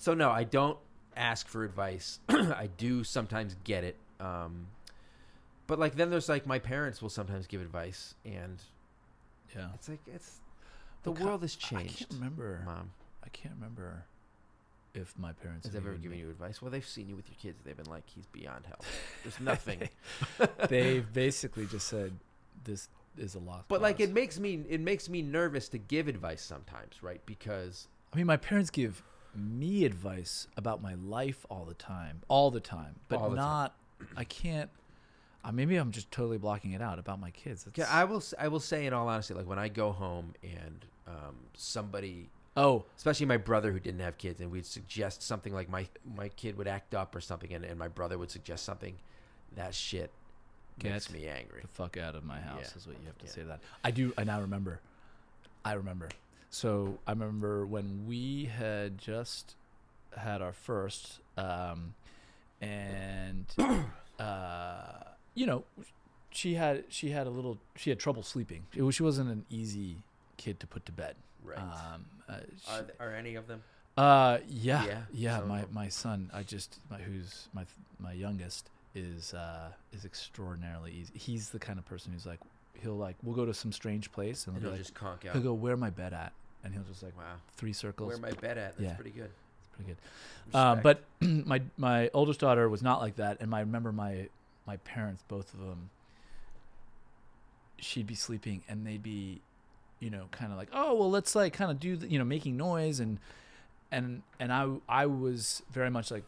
Speaker 1: so no, I don't ask for advice. I do sometimes get it. Um, but like then there's like my parents will sometimes give advice, and
Speaker 2: Yeah.
Speaker 1: it's like it's the
Speaker 2: Look, I-
Speaker 1: world has
Speaker 2: I
Speaker 1: changed.
Speaker 2: can't remember.
Speaker 1: Mom
Speaker 2: I can't remember if my parents
Speaker 1: has
Speaker 2: have
Speaker 1: ever
Speaker 2: even
Speaker 1: given you advice. Well, they've seen you with your kids. They've been like, he's beyond help. There's
Speaker 2: been-
Speaker 1: nothing.
Speaker 2: they basically just said this is a lost.
Speaker 1: but like
Speaker 2: cause."
Speaker 1: it makes me it makes me nervous to give advice sometimes, right? Because
Speaker 2: I mean, my parents give me advice about my life all the time, all the time, but
Speaker 1: All the time.
Speaker 2: not. I can't. Uh, maybe I'm just totally blocking it out about my kids.
Speaker 1: Yeah,
Speaker 2: That's-
Speaker 1: I will s- I will say in all honesty, like when I go home and um, somebody
Speaker 2: oh,
Speaker 1: especially my brother who didn't have kids and we'd suggest something like my my kid would act up or something and, and my brother would suggest something that shit gets
Speaker 2: Get
Speaker 1: me angry
Speaker 2: the fuck out of my house
Speaker 1: Yeah.
Speaker 2: is what you have to
Speaker 1: Yeah.
Speaker 2: say to that i do i now remember i remember so i remember when we had just had our first um and uh you know she had she had a little she had trouble sleeping It was- she wasn't an easy kid to put to bed
Speaker 1: right
Speaker 2: um uh, she-
Speaker 1: are, are any of them
Speaker 2: uh, yeah,
Speaker 1: Yeah,
Speaker 2: yeah.
Speaker 1: some of
Speaker 2: my,
Speaker 1: them.
Speaker 2: my son, I just my who's my my youngest is uh is extraordinarily easy. He's the kind of person who's like he'll like we'll go to some strange place and,
Speaker 1: and
Speaker 2: he'll,
Speaker 1: he'll
Speaker 2: be like,
Speaker 1: just conk out
Speaker 2: he'll go where my bed at, and he'll just like
Speaker 1: wow
Speaker 2: three circles.
Speaker 1: where my bed at that's
Speaker 2: Yeah.
Speaker 1: pretty good
Speaker 2: It's pretty good. Um,
Speaker 1: Respect.
Speaker 2: but my my oldest daughter was not like that, and my, I remember my my parents, both of them. She'd be sleeping, and they'd be, you know, kind of like, oh well, let's like kind of do the, you know making noise, and and and I I was very much like,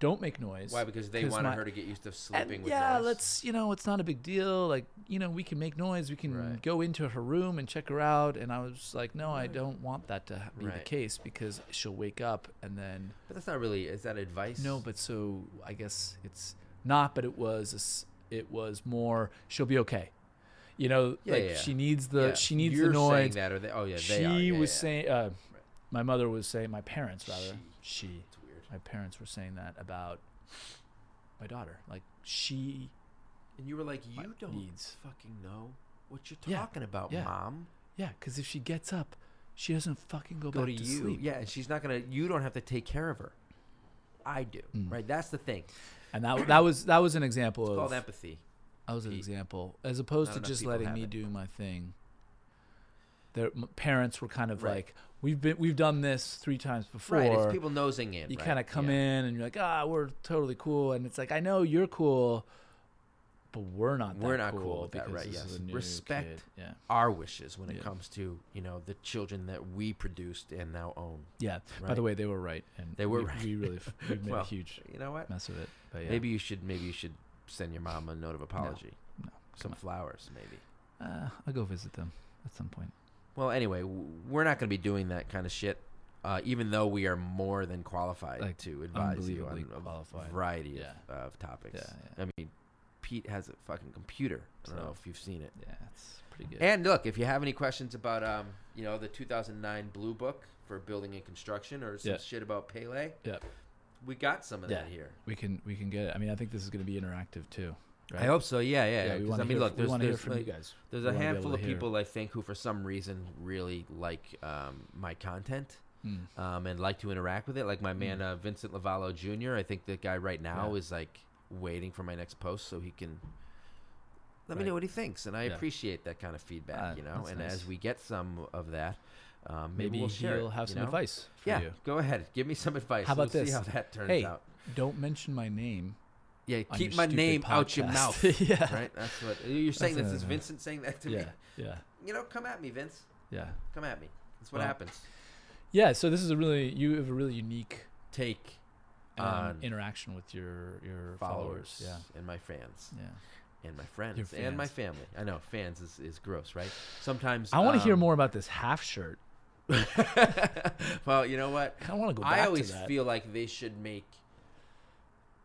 Speaker 2: don't make noise.
Speaker 1: why because they
Speaker 2: 'cause
Speaker 1: wanted
Speaker 2: my-
Speaker 1: her to get used to sleeping
Speaker 2: And
Speaker 1: with
Speaker 2: yeah,
Speaker 1: noise.
Speaker 2: let's you know, it's not a big deal. Like you know, we can make noise. We can
Speaker 1: Right.
Speaker 2: go into her room and check her out. And I was like, no, I don't want that to ha- be the
Speaker 1: Right.
Speaker 2: case because she'll wake up and then
Speaker 1: but that's not really is that advice
Speaker 2: no, but so I guess it's not, but it was a s it was more she'll be okay. You know,
Speaker 1: Yeah,
Speaker 2: like
Speaker 1: yeah, yeah.
Speaker 2: she needs the
Speaker 1: Yeah,
Speaker 2: she needs
Speaker 1: you're
Speaker 2: the
Speaker 1: saying
Speaker 2: noise.
Speaker 1: that or they, oh yeah
Speaker 2: she
Speaker 1: they are. Yeah,
Speaker 2: was
Speaker 1: yeah.
Speaker 2: saying uh, my mother was saying my parents rather she.
Speaker 1: it's weird
Speaker 2: my parents were saying that about my daughter like she
Speaker 1: and you were like
Speaker 2: My
Speaker 1: you don't
Speaker 2: needs.
Speaker 1: fucking know what you're
Speaker 2: Yeah,
Speaker 1: talking about
Speaker 2: yeah.
Speaker 1: mom
Speaker 2: yeah cuz if she gets up she doesn't fucking go,
Speaker 1: go to,
Speaker 2: back to,
Speaker 1: you.
Speaker 2: sleep
Speaker 1: Yeah, and she's not gonna. You don't have to take care of her. I do.
Speaker 2: Mm.
Speaker 1: Right. That's the thing.
Speaker 2: and that that was that was an example
Speaker 1: It's
Speaker 2: of
Speaker 1: called empathy.
Speaker 2: That was an
Speaker 1: Pete.
Speaker 2: example, as opposed
Speaker 1: Not
Speaker 2: to
Speaker 1: enough
Speaker 2: just
Speaker 1: people
Speaker 2: letting
Speaker 1: have
Speaker 2: me
Speaker 1: it.
Speaker 2: do my thing. Their m- parents were kind of
Speaker 1: Right.
Speaker 2: like, "We've been, we've done this three times before."
Speaker 1: right. It's people nosing in.
Speaker 2: you
Speaker 1: right?
Speaker 2: kind of come
Speaker 1: Yeah.
Speaker 2: in and you're like, "Ah, we're totally cool," and it's like, "I know you're cool, but we're not.
Speaker 1: We're
Speaker 2: that
Speaker 1: not cool
Speaker 2: cool,
Speaker 1: with that,
Speaker 2: because
Speaker 1: right,
Speaker 2: this is
Speaker 1: yes.
Speaker 2: a new
Speaker 1: Respect.
Speaker 2: kid." Yeah,
Speaker 1: Our wishes when it
Speaker 2: Yeah.
Speaker 1: comes to you know the children that we produced and now own.
Speaker 2: yeah. By
Speaker 1: Right.
Speaker 2: the way, they were right, and
Speaker 1: They were
Speaker 2: we,
Speaker 1: right.
Speaker 2: We really f- we made
Speaker 1: Well,
Speaker 2: a huge
Speaker 1: You know what?
Speaker 2: mess of it. But yeah.
Speaker 1: Maybe you should. Maybe you should send your mom a note of apology.
Speaker 2: no,
Speaker 1: Some
Speaker 2: come on.
Speaker 1: flowers, maybe.
Speaker 2: uh, I'll go visit them at some point.
Speaker 1: Well, anyway, w- we're not going to be doing that kind of shit. Uh, even though we are more than qualified
Speaker 2: Like,
Speaker 1: to advise you on
Speaker 2: unbelievably
Speaker 1: a
Speaker 2: qualified.
Speaker 1: variety
Speaker 2: Yeah.
Speaker 1: of, of topics.
Speaker 2: Yeah, yeah.
Speaker 1: I mean, Pete has a fucking computer. I don't know
Speaker 2: So-
Speaker 1: if you've seen it.
Speaker 2: Yeah, it's pretty good.
Speaker 1: And look, if you have any questions about um, you know, the 2009 Blue Book for building and construction, or some
Speaker 2: Yeah.
Speaker 1: shit about Pele,
Speaker 2: Yeah.
Speaker 1: we got some of that
Speaker 2: Yeah.
Speaker 1: here.
Speaker 2: we can we can get it. I mean, I think this is going to be interactive too. Right?
Speaker 1: I hope so. Yeah, yeah.
Speaker 2: we
Speaker 1: 'cause,
Speaker 2: wanna
Speaker 1: I mean,
Speaker 2: hear-
Speaker 1: look,
Speaker 2: we
Speaker 1: there's,
Speaker 2: wanna
Speaker 1: there's,
Speaker 2: hear from you
Speaker 1: like,
Speaker 2: guys.
Speaker 1: there's
Speaker 2: We
Speaker 1: a
Speaker 2: wanna be able
Speaker 1: handful
Speaker 2: to
Speaker 1: of
Speaker 2: hear.
Speaker 1: people I think who, for some reason, really like um, my content
Speaker 2: Mm.
Speaker 1: um, and like to interact with it. Like my man
Speaker 2: Mm.
Speaker 1: uh, Vincent Lavallo Jr. I think the guy right now
Speaker 2: Yeah.
Speaker 1: is like waiting for my next post so he can let
Speaker 2: Right.
Speaker 1: me know what he thinks, and I
Speaker 2: Yeah.
Speaker 1: appreciate that kind of feedback.
Speaker 2: Ah,
Speaker 1: you know,
Speaker 2: that's
Speaker 1: and
Speaker 2: nice.
Speaker 1: as we get some of that, um, maybe,
Speaker 2: Maybe,
Speaker 1: we'll share.
Speaker 2: he'll
Speaker 1: it,
Speaker 2: have
Speaker 1: you
Speaker 2: some
Speaker 1: know?
Speaker 2: advice for
Speaker 1: Yeah,
Speaker 2: you.
Speaker 1: go ahead. Give me some advice.
Speaker 2: How
Speaker 1: We'll
Speaker 2: about
Speaker 1: See
Speaker 2: this?
Speaker 1: how that turns
Speaker 2: Hey.
Speaker 1: out.
Speaker 2: Don't mention my name.
Speaker 1: Yeah,
Speaker 2: on
Speaker 1: keep
Speaker 2: your
Speaker 1: my
Speaker 2: stupid
Speaker 1: name out your
Speaker 2: podcast.
Speaker 1: mouth.
Speaker 2: yeah.
Speaker 1: Right, that's what you're saying.
Speaker 2: That's
Speaker 1: This is
Speaker 2: a-
Speaker 1: Vincent saying that to
Speaker 2: Yeah.
Speaker 1: me.
Speaker 2: Yeah.
Speaker 1: You know, come at me, Vince.
Speaker 2: Yeah.
Speaker 1: Come at me. That's what
Speaker 2: Well,
Speaker 1: happens.
Speaker 2: Yeah. So this is a really you have a really unique
Speaker 1: Take
Speaker 2: um,
Speaker 1: on
Speaker 2: interaction with your your
Speaker 1: followers,
Speaker 2: followers. Yeah.
Speaker 1: and my fans
Speaker 2: Yeah.
Speaker 1: and my friends
Speaker 2: Your
Speaker 1: and my
Speaker 2: fans.
Speaker 1: family. I know fans is, is gross, right? Sometimes
Speaker 2: I want to hear
Speaker 1: um,
Speaker 2: more about this half shirt.
Speaker 1: well, you know what?
Speaker 2: I want to go back
Speaker 1: I always
Speaker 2: to that.
Speaker 1: feel like they should make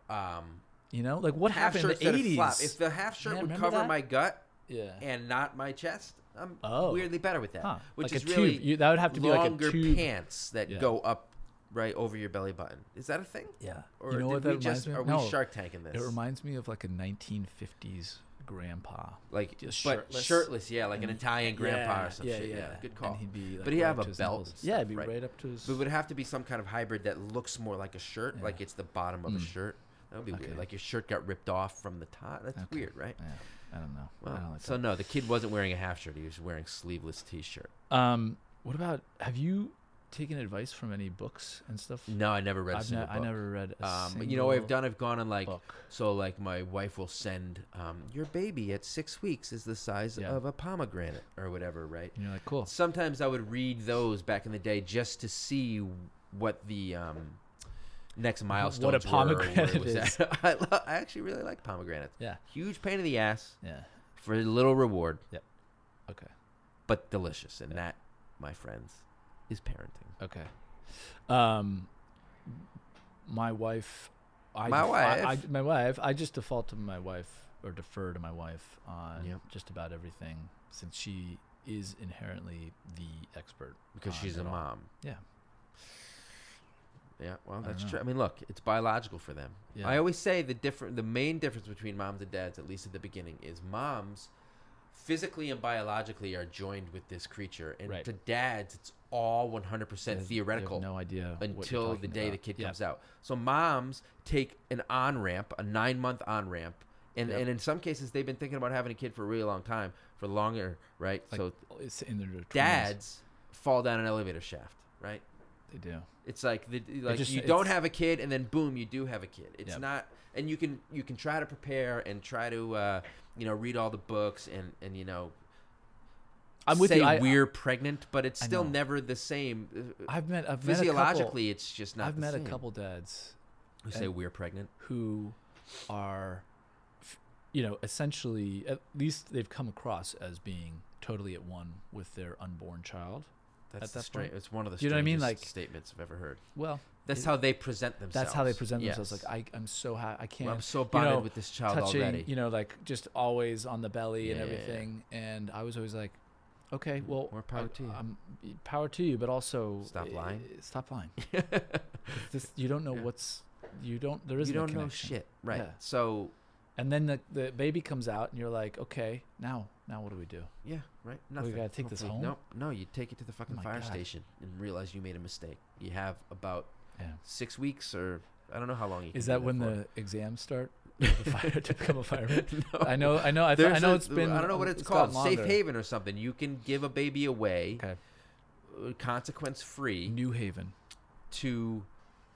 Speaker 1: um
Speaker 2: you know, like what
Speaker 1: half
Speaker 2: happened
Speaker 1: shirts
Speaker 2: in the
Speaker 1: that have flop.
Speaker 2: eighties?
Speaker 1: If the half shirt
Speaker 2: Yeah,
Speaker 1: would
Speaker 2: remember
Speaker 1: cover
Speaker 2: that?
Speaker 1: my gut
Speaker 2: yeah.
Speaker 1: and not my chest, I'm
Speaker 2: Oh.
Speaker 1: weirdly better with that.
Speaker 2: Huh.
Speaker 1: Which
Speaker 2: like
Speaker 1: is
Speaker 2: a tube.
Speaker 1: really
Speaker 2: You- that would have to be like
Speaker 1: longer
Speaker 2: a tube.
Speaker 1: pants that
Speaker 2: Yeah.
Speaker 1: go up right over your belly button. Is that a thing?
Speaker 2: Yeah.
Speaker 1: Or
Speaker 2: you know
Speaker 1: did
Speaker 2: what
Speaker 1: we
Speaker 2: that reminds
Speaker 1: just
Speaker 2: me
Speaker 1: are
Speaker 2: of?
Speaker 1: we
Speaker 2: No,
Speaker 1: shark tanking this?
Speaker 2: it reminds me of like a 1950s grandpa.
Speaker 1: like
Speaker 2: just
Speaker 1: but
Speaker 2: shirtless.
Speaker 1: shirtless, yeah, like an
Speaker 2: And-
Speaker 1: Italian grandpa
Speaker 2: Yeah,
Speaker 1: or some
Speaker 2: yeah,
Speaker 1: shit. Yeah.
Speaker 2: yeah.
Speaker 1: good call.
Speaker 2: And he'd be like
Speaker 1: But he'd
Speaker 2: right
Speaker 1: have
Speaker 2: up
Speaker 1: a
Speaker 2: to his
Speaker 1: belt
Speaker 2: nipples.
Speaker 1: and
Speaker 2: Yeah,
Speaker 1: stuff,
Speaker 2: it'd be
Speaker 1: right.
Speaker 2: right. up to his.
Speaker 1: But it would have to be some kind of hybrid that looks more like a shirt,
Speaker 2: Yeah.
Speaker 1: like it's the bottom of a
Speaker 2: Mm.
Speaker 1: shirt. That would be
Speaker 2: Okay.
Speaker 1: weird. Like your shirt got ripped off from the top. That's
Speaker 2: Okay.
Speaker 1: weird, right?
Speaker 2: yeah, I don't know. I
Speaker 1: Well,
Speaker 2: don't like
Speaker 1: so no, the kid wasn't wearing a half shirt. He was wearing sleeveless t-shirt.
Speaker 2: that. Um, what about? Have you taken advice from any books and stuff?
Speaker 1: No, I never read a
Speaker 2: I've ne-
Speaker 1: single
Speaker 2: I
Speaker 1: book.
Speaker 2: never read. A
Speaker 1: um, but you know what I've
Speaker 2: single
Speaker 1: done? I've gone and like
Speaker 2: book.
Speaker 1: so like my wife will send um, your baby at six weeks is the size
Speaker 2: Yeah.
Speaker 1: of a pomegranate or whatever, right?
Speaker 2: And you're like, cool.
Speaker 1: Sometimes I would read those back in the day just to see what the um, next milestones
Speaker 2: What a
Speaker 1: were or where it
Speaker 2: pomegranate
Speaker 1: was
Speaker 2: is.
Speaker 1: at. I, lo- I actually really like pomegranates.
Speaker 2: Yeah,
Speaker 1: Huge pain in the ass
Speaker 2: yeah.
Speaker 1: for a little reward,
Speaker 2: Okay,
Speaker 1: but delicious, and that, my friends, is parenting.
Speaker 2: okay. Um, my wife. I
Speaker 1: My
Speaker 2: I-
Speaker 1: wife.
Speaker 2: I, my wife. I just default to my wife or defer to my wife on
Speaker 1: Yep.
Speaker 2: just about everything since she is inherently the expert
Speaker 1: because
Speaker 2: on
Speaker 1: she's
Speaker 2: it
Speaker 1: a
Speaker 2: all.
Speaker 1: mom.
Speaker 2: Yeah.
Speaker 1: Yeah, well,
Speaker 2: I
Speaker 1: that's
Speaker 2: dunno.
Speaker 1: true. I mean, look, it's biological for them.
Speaker 2: Yeah.
Speaker 1: I always say the different, the main difference between moms and dads, at least at the beginning, is moms physically and biologically are joined with this creature, and
Speaker 2: Right.
Speaker 1: to dads, it's all 100
Speaker 2: They
Speaker 1: percent
Speaker 2: have- they have
Speaker 1: theoretical
Speaker 2: no idea what you're
Speaker 1: until the
Speaker 2: talking
Speaker 1: day the
Speaker 2: about.
Speaker 1: kid
Speaker 2: Yeah.
Speaker 1: comes out. So moms take an on ramp, a nine month on ramp, and,
Speaker 2: Yep.
Speaker 1: and in some cases they've been thinking about having a kid for a really long time, for longer, right?
Speaker 2: Like,
Speaker 1: so
Speaker 2: It's in their 20s.
Speaker 1: dads fall down an elevator shaft, right?
Speaker 2: They do.
Speaker 1: It's like the, like
Speaker 2: just-
Speaker 1: you don't
Speaker 2: it's-
Speaker 1: have a kid, and then boom, you do have a kid. It's
Speaker 2: Yep.
Speaker 1: not, and you can you can try to prepare and try to uh, you know read all the books and and you know.
Speaker 2: I'm with
Speaker 1: say
Speaker 2: you. I-
Speaker 1: we're pregnant, but it's
Speaker 2: I
Speaker 1: still
Speaker 2: know.
Speaker 1: never the same. Uh,
Speaker 2: I've met. I've
Speaker 1: Physiologically, it's just
Speaker 2: Met a
Speaker 1: not.
Speaker 2: couple, I've
Speaker 1: the
Speaker 2: met
Speaker 1: same.
Speaker 2: a couple dads
Speaker 1: who say we're pregnant.
Speaker 2: who are, f- you know, essentially at least they've come across as being totally at one with their unborn child.
Speaker 1: That's
Speaker 2: that
Speaker 1: the stra-
Speaker 2: point?
Speaker 1: It's one of the
Speaker 2: Do you know what I mean?
Speaker 1: strangest
Speaker 2: Like-
Speaker 1: statements I've ever heard.
Speaker 2: Well,
Speaker 1: That's
Speaker 2: it-
Speaker 1: how they present themselves.
Speaker 2: that's how they present
Speaker 1: Yes.
Speaker 2: themselves. Like I, I'm so happy. I can't.
Speaker 1: Well, I'm so
Speaker 2: you
Speaker 1: bonded
Speaker 2: know,
Speaker 1: with this child
Speaker 2: touching,
Speaker 1: already.
Speaker 2: you know, like just always on the belly and
Speaker 1: Yeah, yeah, yeah.
Speaker 2: everything. And I was always like, okay, well,
Speaker 1: more power to you.
Speaker 2: I'm, power to you, but also
Speaker 1: Stop
Speaker 2: eh,
Speaker 1: lying.
Speaker 2: Stop lying. 'Cause this, you don't know
Speaker 1: Yeah.
Speaker 2: what's you don't there
Speaker 1: you
Speaker 2: isn't a
Speaker 1: don't know
Speaker 2: connection.
Speaker 1: shit, right?
Speaker 2: Yeah.
Speaker 1: So
Speaker 2: And then the, the baby comes out, and you're like, okay, now now what do we do?
Speaker 1: Yeah, right.
Speaker 2: Well,
Speaker 1: Nothing.
Speaker 2: you gotta take this home? Oh
Speaker 1: Nope. No, you take it to the fucking
Speaker 2: my
Speaker 1: fire
Speaker 2: God.
Speaker 1: station and realize you made a mistake. You have about
Speaker 2: Yeah.
Speaker 1: six weeks, or I don't know how long. You
Speaker 2: Is
Speaker 1: can do
Speaker 2: that when
Speaker 1: for.
Speaker 2: the exams start? The fire to become a fireman.
Speaker 1: No.
Speaker 2: I know, I know, I, th- I
Speaker 1: There's
Speaker 2: know.
Speaker 1: a-
Speaker 2: it's been.
Speaker 1: I don't know what it's,
Speaker 2: gotten
Speaker 1: called. Safe
Speaker 2: longer.
Speaker 1: haven or something. You can give a baby away,
Speaker 2: Okay.
Speaker 1: consequence free,
Speaker 2: New Haven.
Speaker 1: to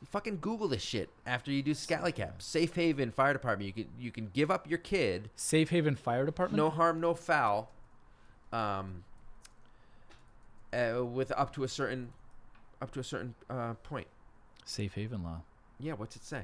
Speaker 1: fucking Google this shit after you do scally cap. Safe haven fire department. You can you can give up your kid.
Speaker 2: Safe Haven Fire Department.
Speaker 1: No harm, no foul. Um, uh, with up to a certain, up to a certain uh, point.
Speaker 2: Safe Haven Law,
Speaker 1: Yeah, what's it say?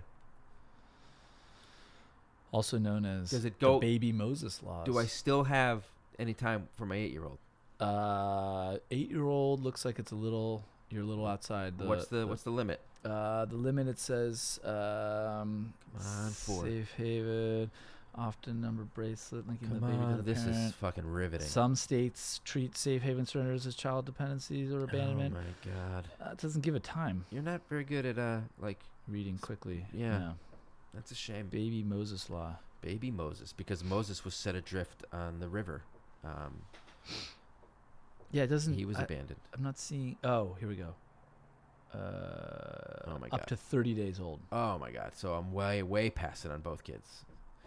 Speaker 2: also known as
Speaker 1: Does it
Speaker 2: the
Speaker 1: go-
Speaker 2: Baby Moses Laws.
Speaker 1: Do I still have any time for my eight-year-old?
Speaker 2: Uh, eight-year-old looks like it's a little. You're a little outside the.
Speaker 1: what's the, what's the limit?
Speaker 2: Uh, the limit it says. Um,
Speaker 1: Come on, Ford.
Speaker 2: Safe haven. Often number bracelet linking
Speaker 1: Come
Speaker 2: the baby to
Speaker 1: on,
Speaker 2: the
Speaker 1: this
Speaker 2: parent.
Speaker 1: is fucking riveting.
Speaker 2: Some states treat safe haven surrenders as child dependencies or abandonment.
Speaker 1: Oh my god,
Speaker 2: Uh, it doesn't give a time.
Speaker 1: you're not very good at uh like.
Speaker 2: Reading quickly.
Speaker 1: Yeah. That's a shame.
Speaker 2: Baby Moses law.
Speaker 1: Baby Moses, because Moses was set adrift on the river. Um,
Speaker 2: Yeah, it doesn't.
Speaker 1: he was
Speaker 2: I,
Speaker 1: abandoned.
Speaker 2: I'm not seeing. Oh, here we go. Uh,
Speaker 1: Oh my
Speaker 2: Up
Speaker 1: God.
Speaker 2: to 30 days old.
Speaker 1: Oh my god, so I'm way way past it on both kids.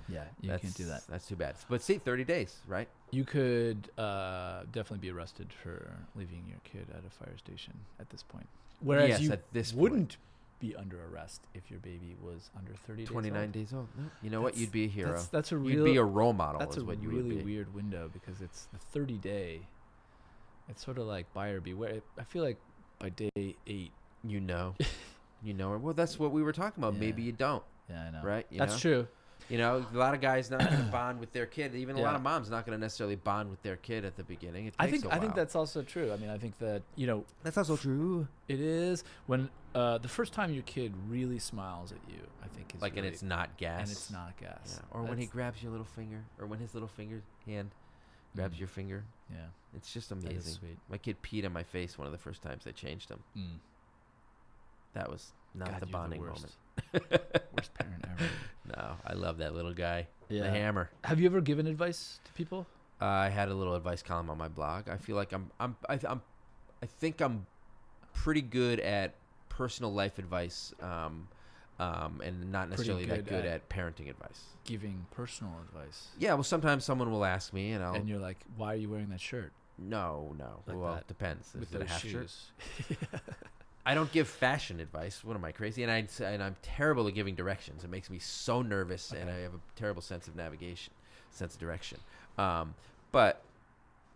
Speaker 2: Yeah, you can't do that.
Speaker 1: That's- That's too bad. But see, 30 days, right?
Speaker 2: You could uh, definitely be arrested for leaving your kid at a fire station at this point. Whereas
Speaker 1: Yes,
Speaker 2: you
Speaker 1: at this point.
Speaker 2: wouldn't be under arrest if your baby was under 30
Speaker 1: 29
Speaker 2: days
Speaker 1: days old. No, you know what?
Speaker 2: That's-
Speaker 1: You'd be a hero.
Speaker 2: That's, that's a
Speaker 1: You'd
Speaker 2: real,
Speaker 1: be a role model.
Speaker 2: that's
Speaker 1: is
Speaker 2: a
Speaker 1: what you
Speaker 2: really
Speaker 1: would be.
Speaker 2: weird window because it's the 30 day. It's sort of like buyer beware. I feel like by day eight.
Speaker 1: You know, you know. Well, that's what we were talking about.
Speaker 2: Yeah.
Speaker 1: Maybe you don't,
Speaker 2: Yeah, I know.
Speaker 1: right? You
Speaker 2: that's
Speaker 1: know?
Speaker 2: true.
Speaker 1: You know, a lot of guys not going to bond with their kid. Even a lot
Speaker 2: Yeah.
Speaker 1: of moms not going to necessarily bond with their kid at the beginning. It
Speaker 2: I
Speaker 1: takes
Speaker 2: think
Speaker 1: a
Speaker 2: I think
Speaker 1: while.
Speaker 2: that's also true. I mean, I think that you know
Speaker 1: that's also true.
Speaker 2: it is when uh, the first time your kid really smiles at you. I think is
Speaker 1: Like,
Speaker 2: really,
Speaker 1: and it's not gas.
Speaker 2: and it's not gas.
Speaker 1: Yeah. Or when he
Speaker 2: That's-
Speaker 1: grabs your little finger, or when his little finger hand grabs
Speaker 2: Mm.
Speaker 1: your finger.
Speaker 2: yeah,
Speaker 1: It's just
Speaker 2: that is
Speaker 1: amazing.
Speaker 2: sweet.
Speaker 1: My kid peed on my face one of the first times they changed him.
Speaker 2: Mm.
Speaker 1: That was not
Speaker 2: God,
Speaker 1: the
Speaker 2: you're
Speaker 1: bonding
Speaker 2: worst.
Speaker 1: moment.
Speaker 2: worst parent ever.
Speaker 1: No, I love that little guy. The
Speaker 2: Yeah.
Speaker 1: hammer. Uh,
Speaker 2: Have you ever given advice to people?
Speaker 1: I had a little advice column on my blog. I feel like I'm I'm I, th- I'm I think I'm pretty good at personal life advice, um, um, and not necessarily that
Speaker 2: good
Speaker 1: good
Speaker 2: at-
Speaker 1: at parenting advice.
Speaker 2: Giving personal advice,
Speaker 1: Yeah, well, sometimes someone will ask me, and I'll
Speaker 2: and you're like, "Why are you wearing that shirt
Speaker 1: no, no.
Speaker 2: Like
Speaker 1: well,
Speaker 2: that.
Speaker 1: it depends. Is
Speaker 2: with
Speaker 1: it a
Speaker 2: those
Speaker 1: half
Speaker 2: shoes?"
Speaker 1: shirt? I don't give fashion advice. What am I crazy? And I and I'm terrible at giving directions. It makes me so nervous, and I
Speaker 2: Okay.
Speaker 1: have a terrible sense of navigation, sense of direction. Um, but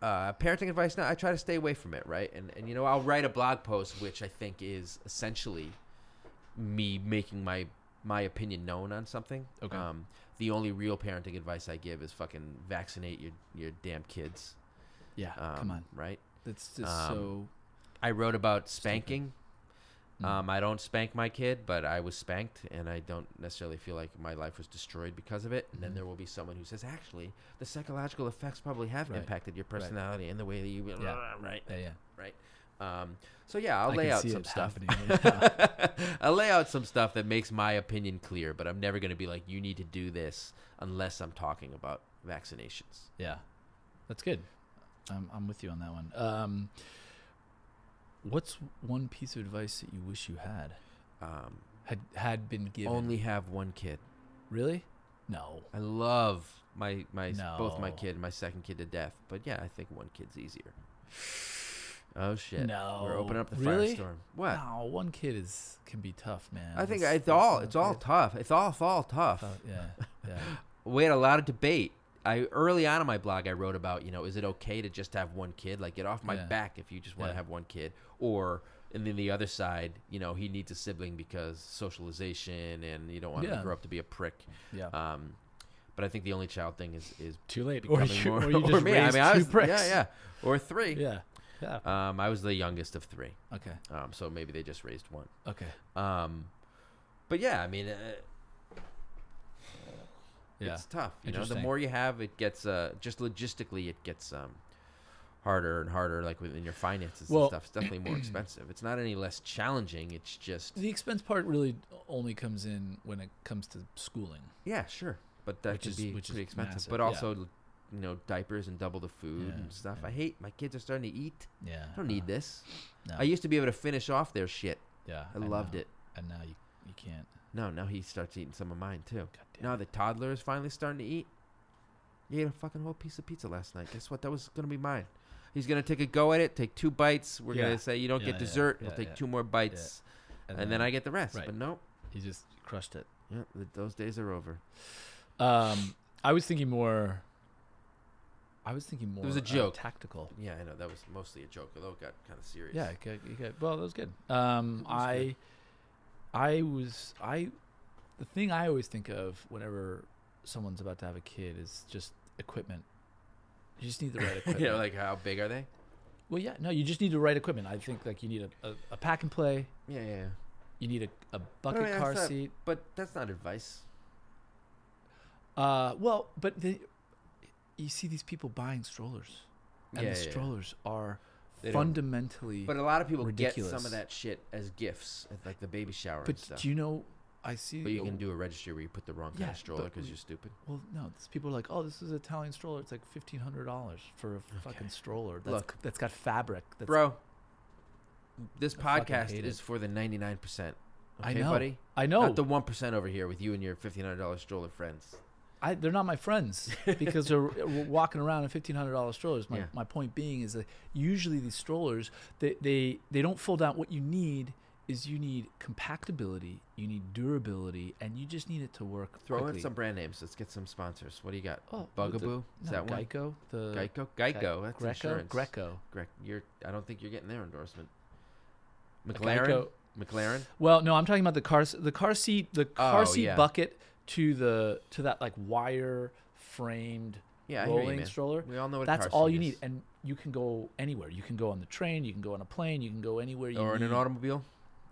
Speaker 1: uh, parenting advice now, I try to stay away from it, right? And and you know, I'll write a blog post, which I think is essentially me making my my opinion known on something.
Speaker 2: Okay.
Speaker 1: Um, the only real parenting advice I give is fucking vaccinate your your damn kids.
Speaker 2: Yeah,
Speaker 1: Um,
Speaker 2: Ah, come on,
Speaker 1: right?
Speaker 2: that's just
Speaker 1: um,
Speaker 2: so.
Speaker 1: I wrote about
Speaker 2: Stupid.
Speaker 1: spanking.
Speaker 2: Mm.
Speaker 1: Um, I don't spank my kid, but I was spanked, and I don't necessarily feel like my life was destroyed because of it. And then
Speaker 2: Mhm.
Speaker 1: there will be someone who says, "Actually, the psychological effects probably have
Speaker 2: Right.
Speaker 1: impacted your personality and the way that you."
Speaker 2: Yeah.
Speaker 1: Right.
Speaker 2: yeah, yeah.
Speaker 1: Um, so yeah, I'll
Speaker 2: I
Speaker 1: lay
Speaker 2: can
Speaker 1: out
Speaker 2: see
Speaker 1: some
Speaker 2: it
Speaker 1: stuff.
Speaker 2: happening right now.
Speaker 1: I'll lay out some stuff that makes my opinion clear, but I'm never going to be like, "You need to do this," unless I'm talking about vaccinations.
Speaker 2: Yeah, that's good. I'm I'm with you on that one. Um, what's one piece of advice that you wish you had
Speaker 1: Um,
Speaker 2: had had been given?
Speaker 1: only have one kid.
Speaker 2: really? No.
Speaker 1: I love my my both my
Speaker 2: No.
Speaker 1: kid and my second kid to death. But yeah, I think one kid's easier. Oh shit. We're opening up the
Speaker 2: No. Really? Oh,
Speaker 1: firestorm. What?
Speaker 2: No, one kid is can be tough, man.
Speaker 1: I think
Speaker 2: That's-
Speaker 1: it's
Speaker 2: that's
Speaker 1: all
Speaker 2: not
Speaker 1: it's all
Speaker 2: good.
Speaker 1: tough. It's all it's all tough.
Speaker 2: Tough, yeah, yeah.
Speaker 1: We had a lot of debate. I early on in my blog I wrote about, you know, is it okay to just have one kid? Like get off my
Speaker 2: Yeah.
Speaker 1: back if you just want to
Speaker 2: Yeah.
Speaker 1: have one kid or and then the other side, you know, he needs a sibling because socialization and you don't want him to
Speaker 2: Yeah.
Speaker 1: grow up to be a prick.
Speaker 2: yeah.
Speaker 1: Um, but I think the only child thing is is
Speaker 2: Too late. Or
Speaker 1: becoming
Speaker 2: you,
Speaker 1: more,
Speaker 2: or you just
Speaker 1: me. I
Speaker 2: raised
Speaker 1: mean, I
Speaker 2: two
Speaker 1: was,
Speaker 2: pricks.
Speaker 1: Yeah, yeah, or three.
Speaker 2: yeah, yeah.
Speaker 1: Um, I was the youngest of three,
Speaker 2: Okay,
Speaker 1: um, so maybe they just raised one.
Speaker 2: okay.
Speaker 1: Um, but yeah, I mean, uh,
Speaker 2: Yeah,
Speaker 1: it's tough. You know, the
Speaker 2: Interesting.
Speaker 1: more you have, it gets uh, just logistically, it gets um, harder and harder. Like within your finances
Speaker 2: Well-
Speaker 1: and stuff, it's definitely more expensive. It's not any less challenging. It's just
Speaker 2: the expense part really only comes in when it comes to schooling.
Speaker 1: yeah, sure, but that
Speaker 2: Which
Speaker 1: could
Speaker 2: is-
Speaker 1: be
Speaker 2: which is
Speaker 1: pretty expensive.
Speaker 2: massive,
Speaker 1: But
Speaker 2: yeah.
Speaker 1: also, you know, diapers and double the food
Speaker 2: Yeah,
Speaker 1: and stuff.
Speaker 2: yeah. Uh-huh.
Speaker 1: I hate my kids are starting to eat.
Speaker 2: Yeah, uh,
Speaker 1: I don't need this.
Speaker 2: No.
Speaker 1: I used to be able to finish off their shit.
Speaker 2: yeah,
Speaker 1: I, loved
Speaker 2: know.
Speaker 1: it.
Speaker 2: and now you you can't.
Speaker 1: No, now he starts eating some of mine too.
Speaker 2: God damn
Speaker 1: Now the toddler is finally starting to eat. He ate a fucking whole piece of pizza last night. Guess what? That was gonna be mine. He's gonna take a go at it, take two bites. We're
Speaker 2: Yeah.
Speaker 1: gonna say you don't
Speaker 2: Yeah,
Speaker 1: get
Speaker 2: yeah,
Speaker 1: dessert.
Speaker 2: yeah,
Speaker 1: we'll take
Speaker 2: yeah.
Speaker 1: two more bites, and, then, I get the rest.
Speaker 2: Right.
Speaker 1: But no,
Speaker 2: you just crushed it.
Speaker 1: yeah, th- those days are over.
Speaker 2: Um, I was thinking more. I was thinking more.
Speaker 1: was a
Speaker 2: uh,
Speaker 1: joke.
Speaker 2: tactical.
Speaker 1: Yeah, I know that was mostly a joke, although it got kind of serious.
Speaker 2: Yeah, it got- it got- well, that was good. Um,
Speaker 1: It was
Speaker 2: I,
Speaker 1: good.
Speaker 2: I was I, the thing I always think of whenever someone's about to have a kid is just equipment. You just need the right equipment.
Speaker 1: yeah, like how big are they?
Speaker 2: well, yeah, no, you just need the right equipment. I think like you need a, a, a pack and play.
Speaker 1: Yeah, yeah. yeah.
Speaker 2: You need a, a bucket
Speaker 1: I
Speaker 2: car
Speaker 1: thought-
Speaker 2: seat.
Speaker 1: But that's not advice.
Speaker 2: Uh, well, but the, you see these people buying strollers, and
Speaker 1: Yeah,
Speaker 2: the
Speaker 1: yeah, yeah.
Speaker 2: strollers are
Speaker 1: They don't-
Speaker 2: fundamentally.
Speaker 1: But a lot of people get some
Speaker 2: Ridiculous.
Speaker 1: of that shit as gifts at like the baby shower
Speaker 2: But
Speaker 1: and stuff.
Speaker 2: do you know? I see.
Speaker 1: but you can do a registry where you put the wrong kind
Speaker 2: Yeah,
Speaker 1: of stroller
Speaker 2: but
Speaker 1: because
Speaker 2: we-
Speaker 1: you're stupid.
Speaker 2: Well, no. These people are like, "Oh, this is an Italian stroller. It's like fifteen hundred dollars for a fucking stroller. That's,
Speaker 1: Look.
Speaker 2: that's got fabric. That's,
Speaker 1: Bro, this
Speaker 2: I fucking
Speaker 1: podcast
Speaker 2: hate
Speaker 1: is
Speaker 2: it.
Speaker 1: for the 99%. Okay,
Speaker 2: I know.
Speaker 1: buddy?
Speaker 2: I know.
Speaker 1: Not the 1% over here with you and your $1,500 stroller friends.
Speaker 2: I, they're not my friends because they're w- walking around in fifteen hundred dollars strollers. My,
Speaker 1: Yeah.
Speaker 2: my point being is that usually these strollers they, they they don't fold out. What you need is you need compactability, you need durability, and you just need it to work.
Speaker 1: Throw
Speaker 2: quickly.
Speaker 1: in some brand names. Let's get some sponsors. What do you got?
Speaker 2: Oh, with the-
Speaker 1: Bugaboo? is
Speaker 2: no,
Speaker 1: that one?
Speaker 2: Geico. The
Speaker 1: Geico? Geico. That's
Speaker 2: Greco.
Speaker 1: insurance.
Speaker 2: Greco.
Speaker 1: Grec- you're, I don't think you're getting their endorsement. McLaren?
Speaker 2: Geico.
Speaker 1: McLaren?
Speaker 2: Well, no, I'm talking about the car s- the car seat the car
Speaker 1: Oh,
Speaker 2: seat
Speaker 1: yeah.
Speaker 2: bucket to the to that like wire framed
Speaker 1: Yeah, I hear you,
Speaker 2: rolling
Speaker 1: man.
Speaker 2: stroller.
Speaker 1: We all know what a
Speaker 2: That's
Speaker 1: car
Speaker 2: all
Speaker 1: seat
Speaker 2: you
Speaker 1: is.
Speaker 2: need, and you can go anywhere. You can go on the train, you can go on a plane, you can go anywhere you
Speaker 1: or in an
Speaker 2: need.
Speaker 1: automobile,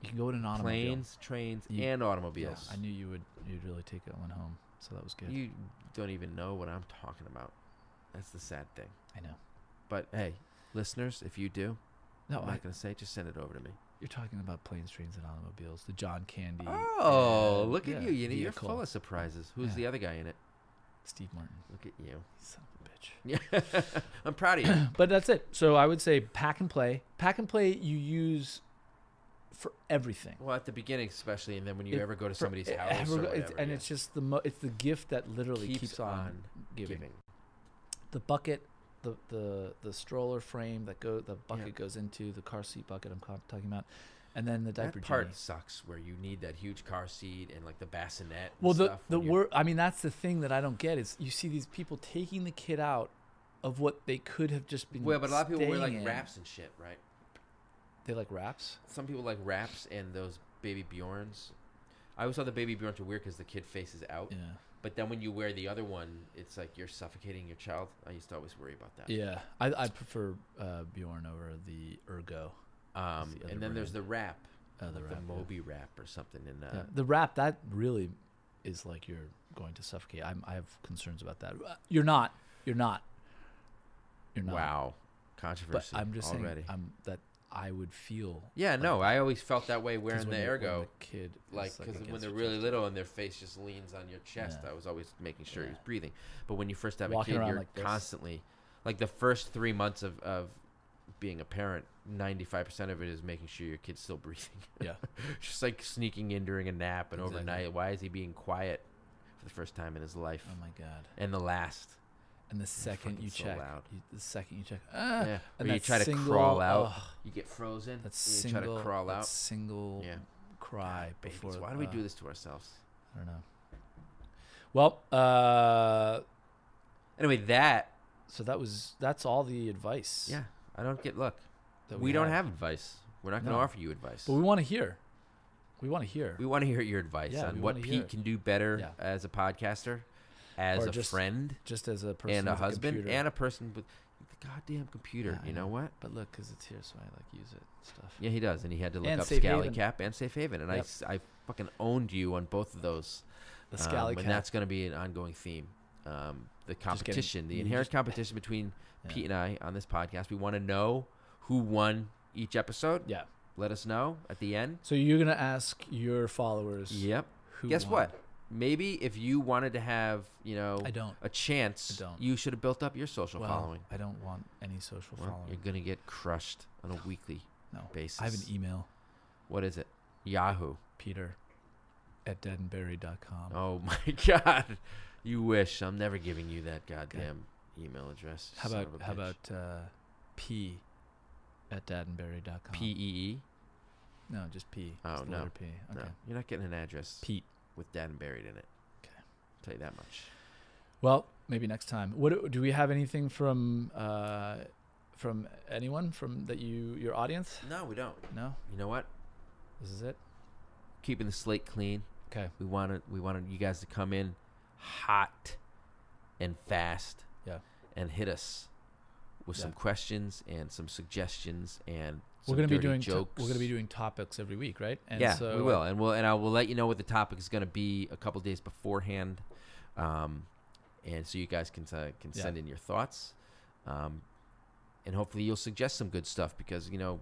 Speaker 2: You can go in an automobile.
Speaker 1: planes, trains,
Speaker 2: You-
Speaker 1: and
Speaker 2: Yeah,
Speaker 1: automobiles.
Speaker 2: I knew you would. You'd really take that one home, so that was good.
Speaker 1: You don't even know what I'm talking about. That's the sad thing.
Speaker 2: I know.
Speaker 1: But hey, listeners, if you do,
Speaker 2: No,
Speaker 1: I'm
Speaker 2: I,
Speaker 1: not going to say. Just send it over to me.
Speaker 2: you're talking about planes, trains, and automobiles. The John Candy.
Speaker 1: Oh,
Speaker 2: and-
Speaker 1: look at
Speaker 2: yeah,
Speaker 1: you! You know, you're
Speaker 2: vehicle.
Speaker 1: full of surprises. Who's
Speaker 2: Yeah.
Speaker 1: the other guy in it?
Speaker 2: Steve Martin.
Speaker 1: Look at you.
Speaker 2: Son of a bitch.
Speaker 1: Yeah, I'm proud of you.
Speaker 2: But that's it. So I would say pack and play. Pack and play you use for everything.
Speaker 1: well, at the beginning, especially, and then when you
Speaker 2: It-
Speaker 1: ever go to
Speaker 2: For
Speaker 1: somebody's
Speaker 2: e-
Speaker 1: house, or
Speaker 2: every- it's-
Speaker 1: whatever,
Speaker 2: and
Speaker 1: yeah.
Speaker 2: it's just the mo- it's the gift that literally keeps,
Speaker 1: Keeps
Speaker 2: on,
Speaker 1: on
Speaker 2: giving.
Speaker 1: giving.
Speaker 2: The bucket, the the the stroller frame that go the bucket
Speaker 1: Yeah.
Speaker 2: goes into the car seat bucket I'm ca- talking about, and then the diaper
Speaker 1: That part
Speaker 2: genie.
Speaker 1: sucks, where you need that huge car seat and like the bassinet. and
Speaker 2: Well, the
Speaker 1: stuff
Speaker 2: the
Speaker 1: when you-
Speaker 2: word I mean that's the thing that I don't get is you see these people taking the kid out of what they could have just been.
Speaker 1: Well, but a lot of people wear
Speaker 2: staying
Speaker 1: like
Speaker 2: in.
Speaker 1: wraps and shit, right?
Speaker 2: They like wraps.
Speaker 1: Some people like wraps and those baby Bjorns. I always thought the baby Bjorns were weird because the kid faces out.
Speaker 2: Yeah.
Speaker 1: But then when you wear the other one, it's like you're suffocating your child. I used to always worry about that.
Speaker 2: Yeah, I, I prefer uh, Bjorn over the Ergo.
Speaker 1: Um,
Speaker 2: It's the other
Speaker 1: and then there's the wrap,
Speaker 2: Uh, the
Speaker 1: like
Speaker 2: wrap,
Speaker 1: the
Speaker 2: yeah.
Speaker 1: Moby wrap or something. And uh,
Speaker 2: Yeah, the wrap that really is like you're going to suffocate. I'm, I have concerns about that. Uh, You're not. You're not. You're not.
Speaker 1: wow,
Speaker 2: But
Speaker 1: controversy.
Speaker 2: I'm just
Speaker 1: already.
Speaker 2: saying um, that I would feel.
Speaker 1: yeah,
Speaker 2: like,
Speaker 1: no, I always felt that way
Speaker 2: 'cause
Speaker 1: wearing
Speaker 2: when
Speaker 1: the
Speaker 2: you- when
Speaker 1: ergo,
Speaker 2: the kid, is,
Speaker 1: like because when
Speaker 2: against
Speaker 1: they're
Speaker 2: your
Speaker 1: really
Speaker 2: chest,
Speaker 1: little and their face just leans on your chest,
Speaker 2: Yeah.
Speaker 1: I was always making sure he was
Speaker 2: Yeah.
Speaker 1: breathing. But when you first have
Speaker 2: Walking
Speaker 1: a kid,
Speaker 2: around
Speaker 1: you're
Speaker 2: like this.
Speaker 1: constantly, like the first three months of of being a parent, ninety five percent of it is making sure your kid's still breathing.
Speaker 2: Yeah.
Speaker 1: just like sneaking in during a nap and
Speaker 2: Exactly.
Speaker 1: overnight. Why is he being quiet for the first time in his life
Speaker 2: Oh my god!
Speaker 1: and the last?
Speaker 2: And the second
Speaker 1: fucking
Speaker 2: you
Speaker 1: so
Speaker 2: check,
Speaker 1: loud.
Speaker 2: you, the second you check, ah,
Speaker 1: yeah.
Speaker 2: and
Speaker 1: Or you
Speaker 2: that
Speaker 1: try to
Speaker 2: single-
Speaker 1: crawl out,
Speaker 2: ugh,
Speaker 1: you get frozen.
Speaker 2: that
Speaker 1: and you
Speaker 2: single,
Speaker 1: try to crawl
Speaker 2: that
Speaker 1: out.
Speaker 2: single
Speaker 1: Yeah.
Speaker 2: cry
Speaker 1: Babies,
Speaker 2: before.
Speaker 1: why do we
Speaker 2: uh,
Speaker 1: do this to ourselves?
Speaker 2: I don't know. Well, uh,
Speaker 1: Anyway, that
Speaker 2: so that was that's all the advice.
Speaker 1: yeah, I don't get. Look,
Speaker 2: that
Speaker 1: we, don't
Speaker 2: had.
Speaker 1: have advice. We're not going to
Speaker 2: No.
Speaker 1: offer you advice.
Speaker 2: but we want to hear. We want to hear.
Speaker 1: we want to hear your advice
Speaker 2: Yeah, we
Speaker 1: on what
Speaker 2: wanna
Speaker 1: Pete
Speaker 2: hear it.
Speaker 1: can do better
Speaker 2: Yeah.
Speaker 1: as a podcaster, as
Speaker 2: Or
Speaker 1: a
Speaker 2: just
Speaker 1: friend,
Speaker 2: just as a person
Speaker 1: and a
Speaker 2: with
Speaker 1: husband,
Speaker 2: computer.
Speaker 1: and a person with the goddamn computer.
Speaker 2: Yeah, I
Speaker 1: you know,
Speaker 2: know.
Speaker 1: what?
Speaker 2: but look, because it's here, so I like use it and stuff.
Speaker 1: Yeah, he does, and he had to look
Speaker 2: And
Speaker 1: up
Speaker 2: Safe
Speaker 1: Scally
Speaker 2: Haven.
Speaker 1: Cap and Safe Haven, and I
Speaker 2: Yep.
Speaker 1: s I I, fucking owned you on both of those.
Speaker 2: The
Speaker 1: Um,
Speaker 2: scally
Speaker 1: and that's going to be an ongoing theme. Um, the
Speaker 2: Just getting-
Speaker 1: competition, the
Speaker 2: you
Speaker 1: inherent
Speaker 2: just-
Speaker 1: competition between
Speaker 2: yeah.
Speaker 1: Pete and I on this podcast. We want to know who won each episode.
Speaker 2: Yeah.
Speaker 1: Let us know at the end.
Speaker 2: So you're gonna ask your followers.
Speaker 1: Yep.
Speaker 2: Who
Speaker 1: Guess
Speaker 2: won.
Speaker 1: what? Maybe if you wanted to have, you know,
Speaker 2: I don't.
Speaker 1: a chance,
Speaker 2: I don't.
Speaker 1: you should have built up your social
Speaker 2: well,
Speaker 1: following.
Speaker 2: I don't want any social
Speaker 1: Well, you're
Speaker 2: following.
Speaker 1: going to get crushed on a weekly
Speaker 2: No.
Speaker 1: basis.
Speaker 2: I e- have an email,
Speaker 1: what is it? Yahoo.
Speaker 2: Peter, at deadandburied.com.
Speaker 1: Oh my god. You wish. I'm never giving you that goddamn email address.
Speaker 2: How
Speaker 1: son
Speaker 2: about
Speaker 1: of a
Speaker 2: how
Speaker 1: bitch.
Speaker 2: about uh, P at dadandberry.com?
Speaker 1: P E E?
Speaker 2: No, just P.
Speaker 1: Oh,
Speaker 2: just the
Speaker 1: no.
Speaker 2: letter P. Okay.
Speaker 1: No, you're not getting an address
Speaker 2: Pete.
Speaker 1: with dad and buried in it.
Speaker 2: Okay.
Speaker 1: Tell you that much.
Speaker 2: Well, maybe next time. What do- do we have anything from uh, from anyone from that you your audience?
Speaker 1: No, we don't.
Speaker 2: No,
Speaker 1: You know what?
Speaker 2: this is it.
Speaker 1: Keeping the slate clean.
Speaker 2: Okay.
Speaker 1: We wanted we wanted you guys to come in hot and fast.
Speaker 2: Yeah.
Speaker 1: And hit us with
Speaker 2: Yeah.
Speaker 1: some questions and some suggestions and
Speaker 2: We're
Speaker 1: some
Speaker 2: gonna be
Speaker 1: dirty
Speaker 2: doing to-
Speaker 1: jokes.
Speaker 2: we're gonna be doing topics every week, right? And
Speaker 1: yeah, we will, and we'll and I will let you know what the topic is going to be a couple days beforehand. Um, and so you guys can uh, can
Speaker 2: Yeah.
Speaker 1: send in your thoughts, um, and hopefully you'll suggest some good stuff because you know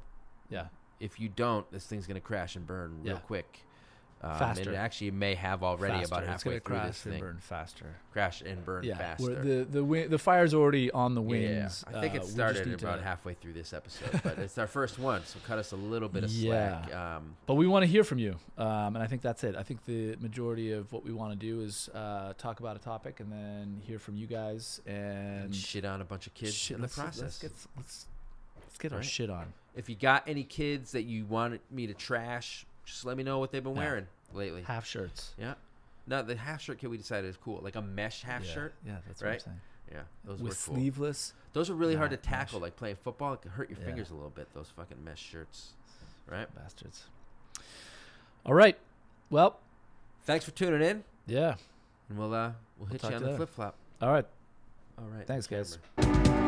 Speaker 2: Yeah.
Speaker 1: if you don't, this thing's gonna crash and burn real
Speaker 2: Yeah.
Speaker 1: quick. Um, And
Speaker 2: Faster.
Speaker 1: it actually may have already about
Speaker 2: Faster. It's
Speaker 1: halfway
Speaker 2: gonna
Speaker 1: through
Speaker 2: crash
Speaker 1: this
Speaker 2: and
Speaker 1: thing.
Speaker 2: burn faster.
Speaker 1: Crash and burn
Speaker 2: Yeah,
Speaker 1: faster.
Speaker 2: we're- the the wi- the fire's already on the
Speaker 1: Yeah,
Speaker 2: wings.
Speaker 1: I think
Speaker 2: Uh, we
Speaker 1: it
Speaker 2: just
Speaker 1: started
Speaker 2: need to-
Speaker 1: about halfway through this episode, but it's our first one, so cut us a little bit of slack. Um,
Speaker 2: But we want to hear from you, um, and I think that's it. I think the majority of what we want to do is uh, talk about a topic and then hear from you guys and,
Speaker 1: and shit on a bunch of kids
Speaker 2: shit-
Speaker 1: in the
Speaker 2: let's-
Speaker 1: process.
Speaker 2: Let's get, s- let's, let's get our
Speaker 1: Right.
Speaker 2: shit on.
Speaker 1: if you got any kids that you wanted me to trash, just let me know what they've been
Speaker 2: Yeah.
Speaker 1: wearing lately.
Speaker 2: Half shirts.
Speaker 1: yeah. No, the half shirt kid we decided is cool, like a mesh half
Speaker 2: yeah.
Speaker 1: shirt.
Speaker 2: Yeah, that's what I'm
Speaker 1: right?
Speaker 2: saying.
Speaker 1: Yeah, those
Speaker 2: With
Speaker 1: were cool.
Speaker 2: sleeveless.
Speaker 1: Those are really hard to
Speaker 2: not mesh.
Speaker 1: tackle, like playing football. It could hurt your
Speaker 2: Yeah.
Speaker 1: fingers a little bit. Those fucking mesh shirts, right?
Speaker 2: Bastards. All right. Well,
Speaker 1: Thanks for tuning in,
Speaker 2: yeah.
Speaker 1: and we'll uh, we'll hit
Speaker 2: talk
Speaker 1: you on
Speaker 2: to you
Speaker 1: the
Speaker 2: later.
Speaker 1: flip flop.
Speaker 2: All right.
Speaker 1: All right.
Speaker 2: Thanks, guys.
Speaker 1: camera.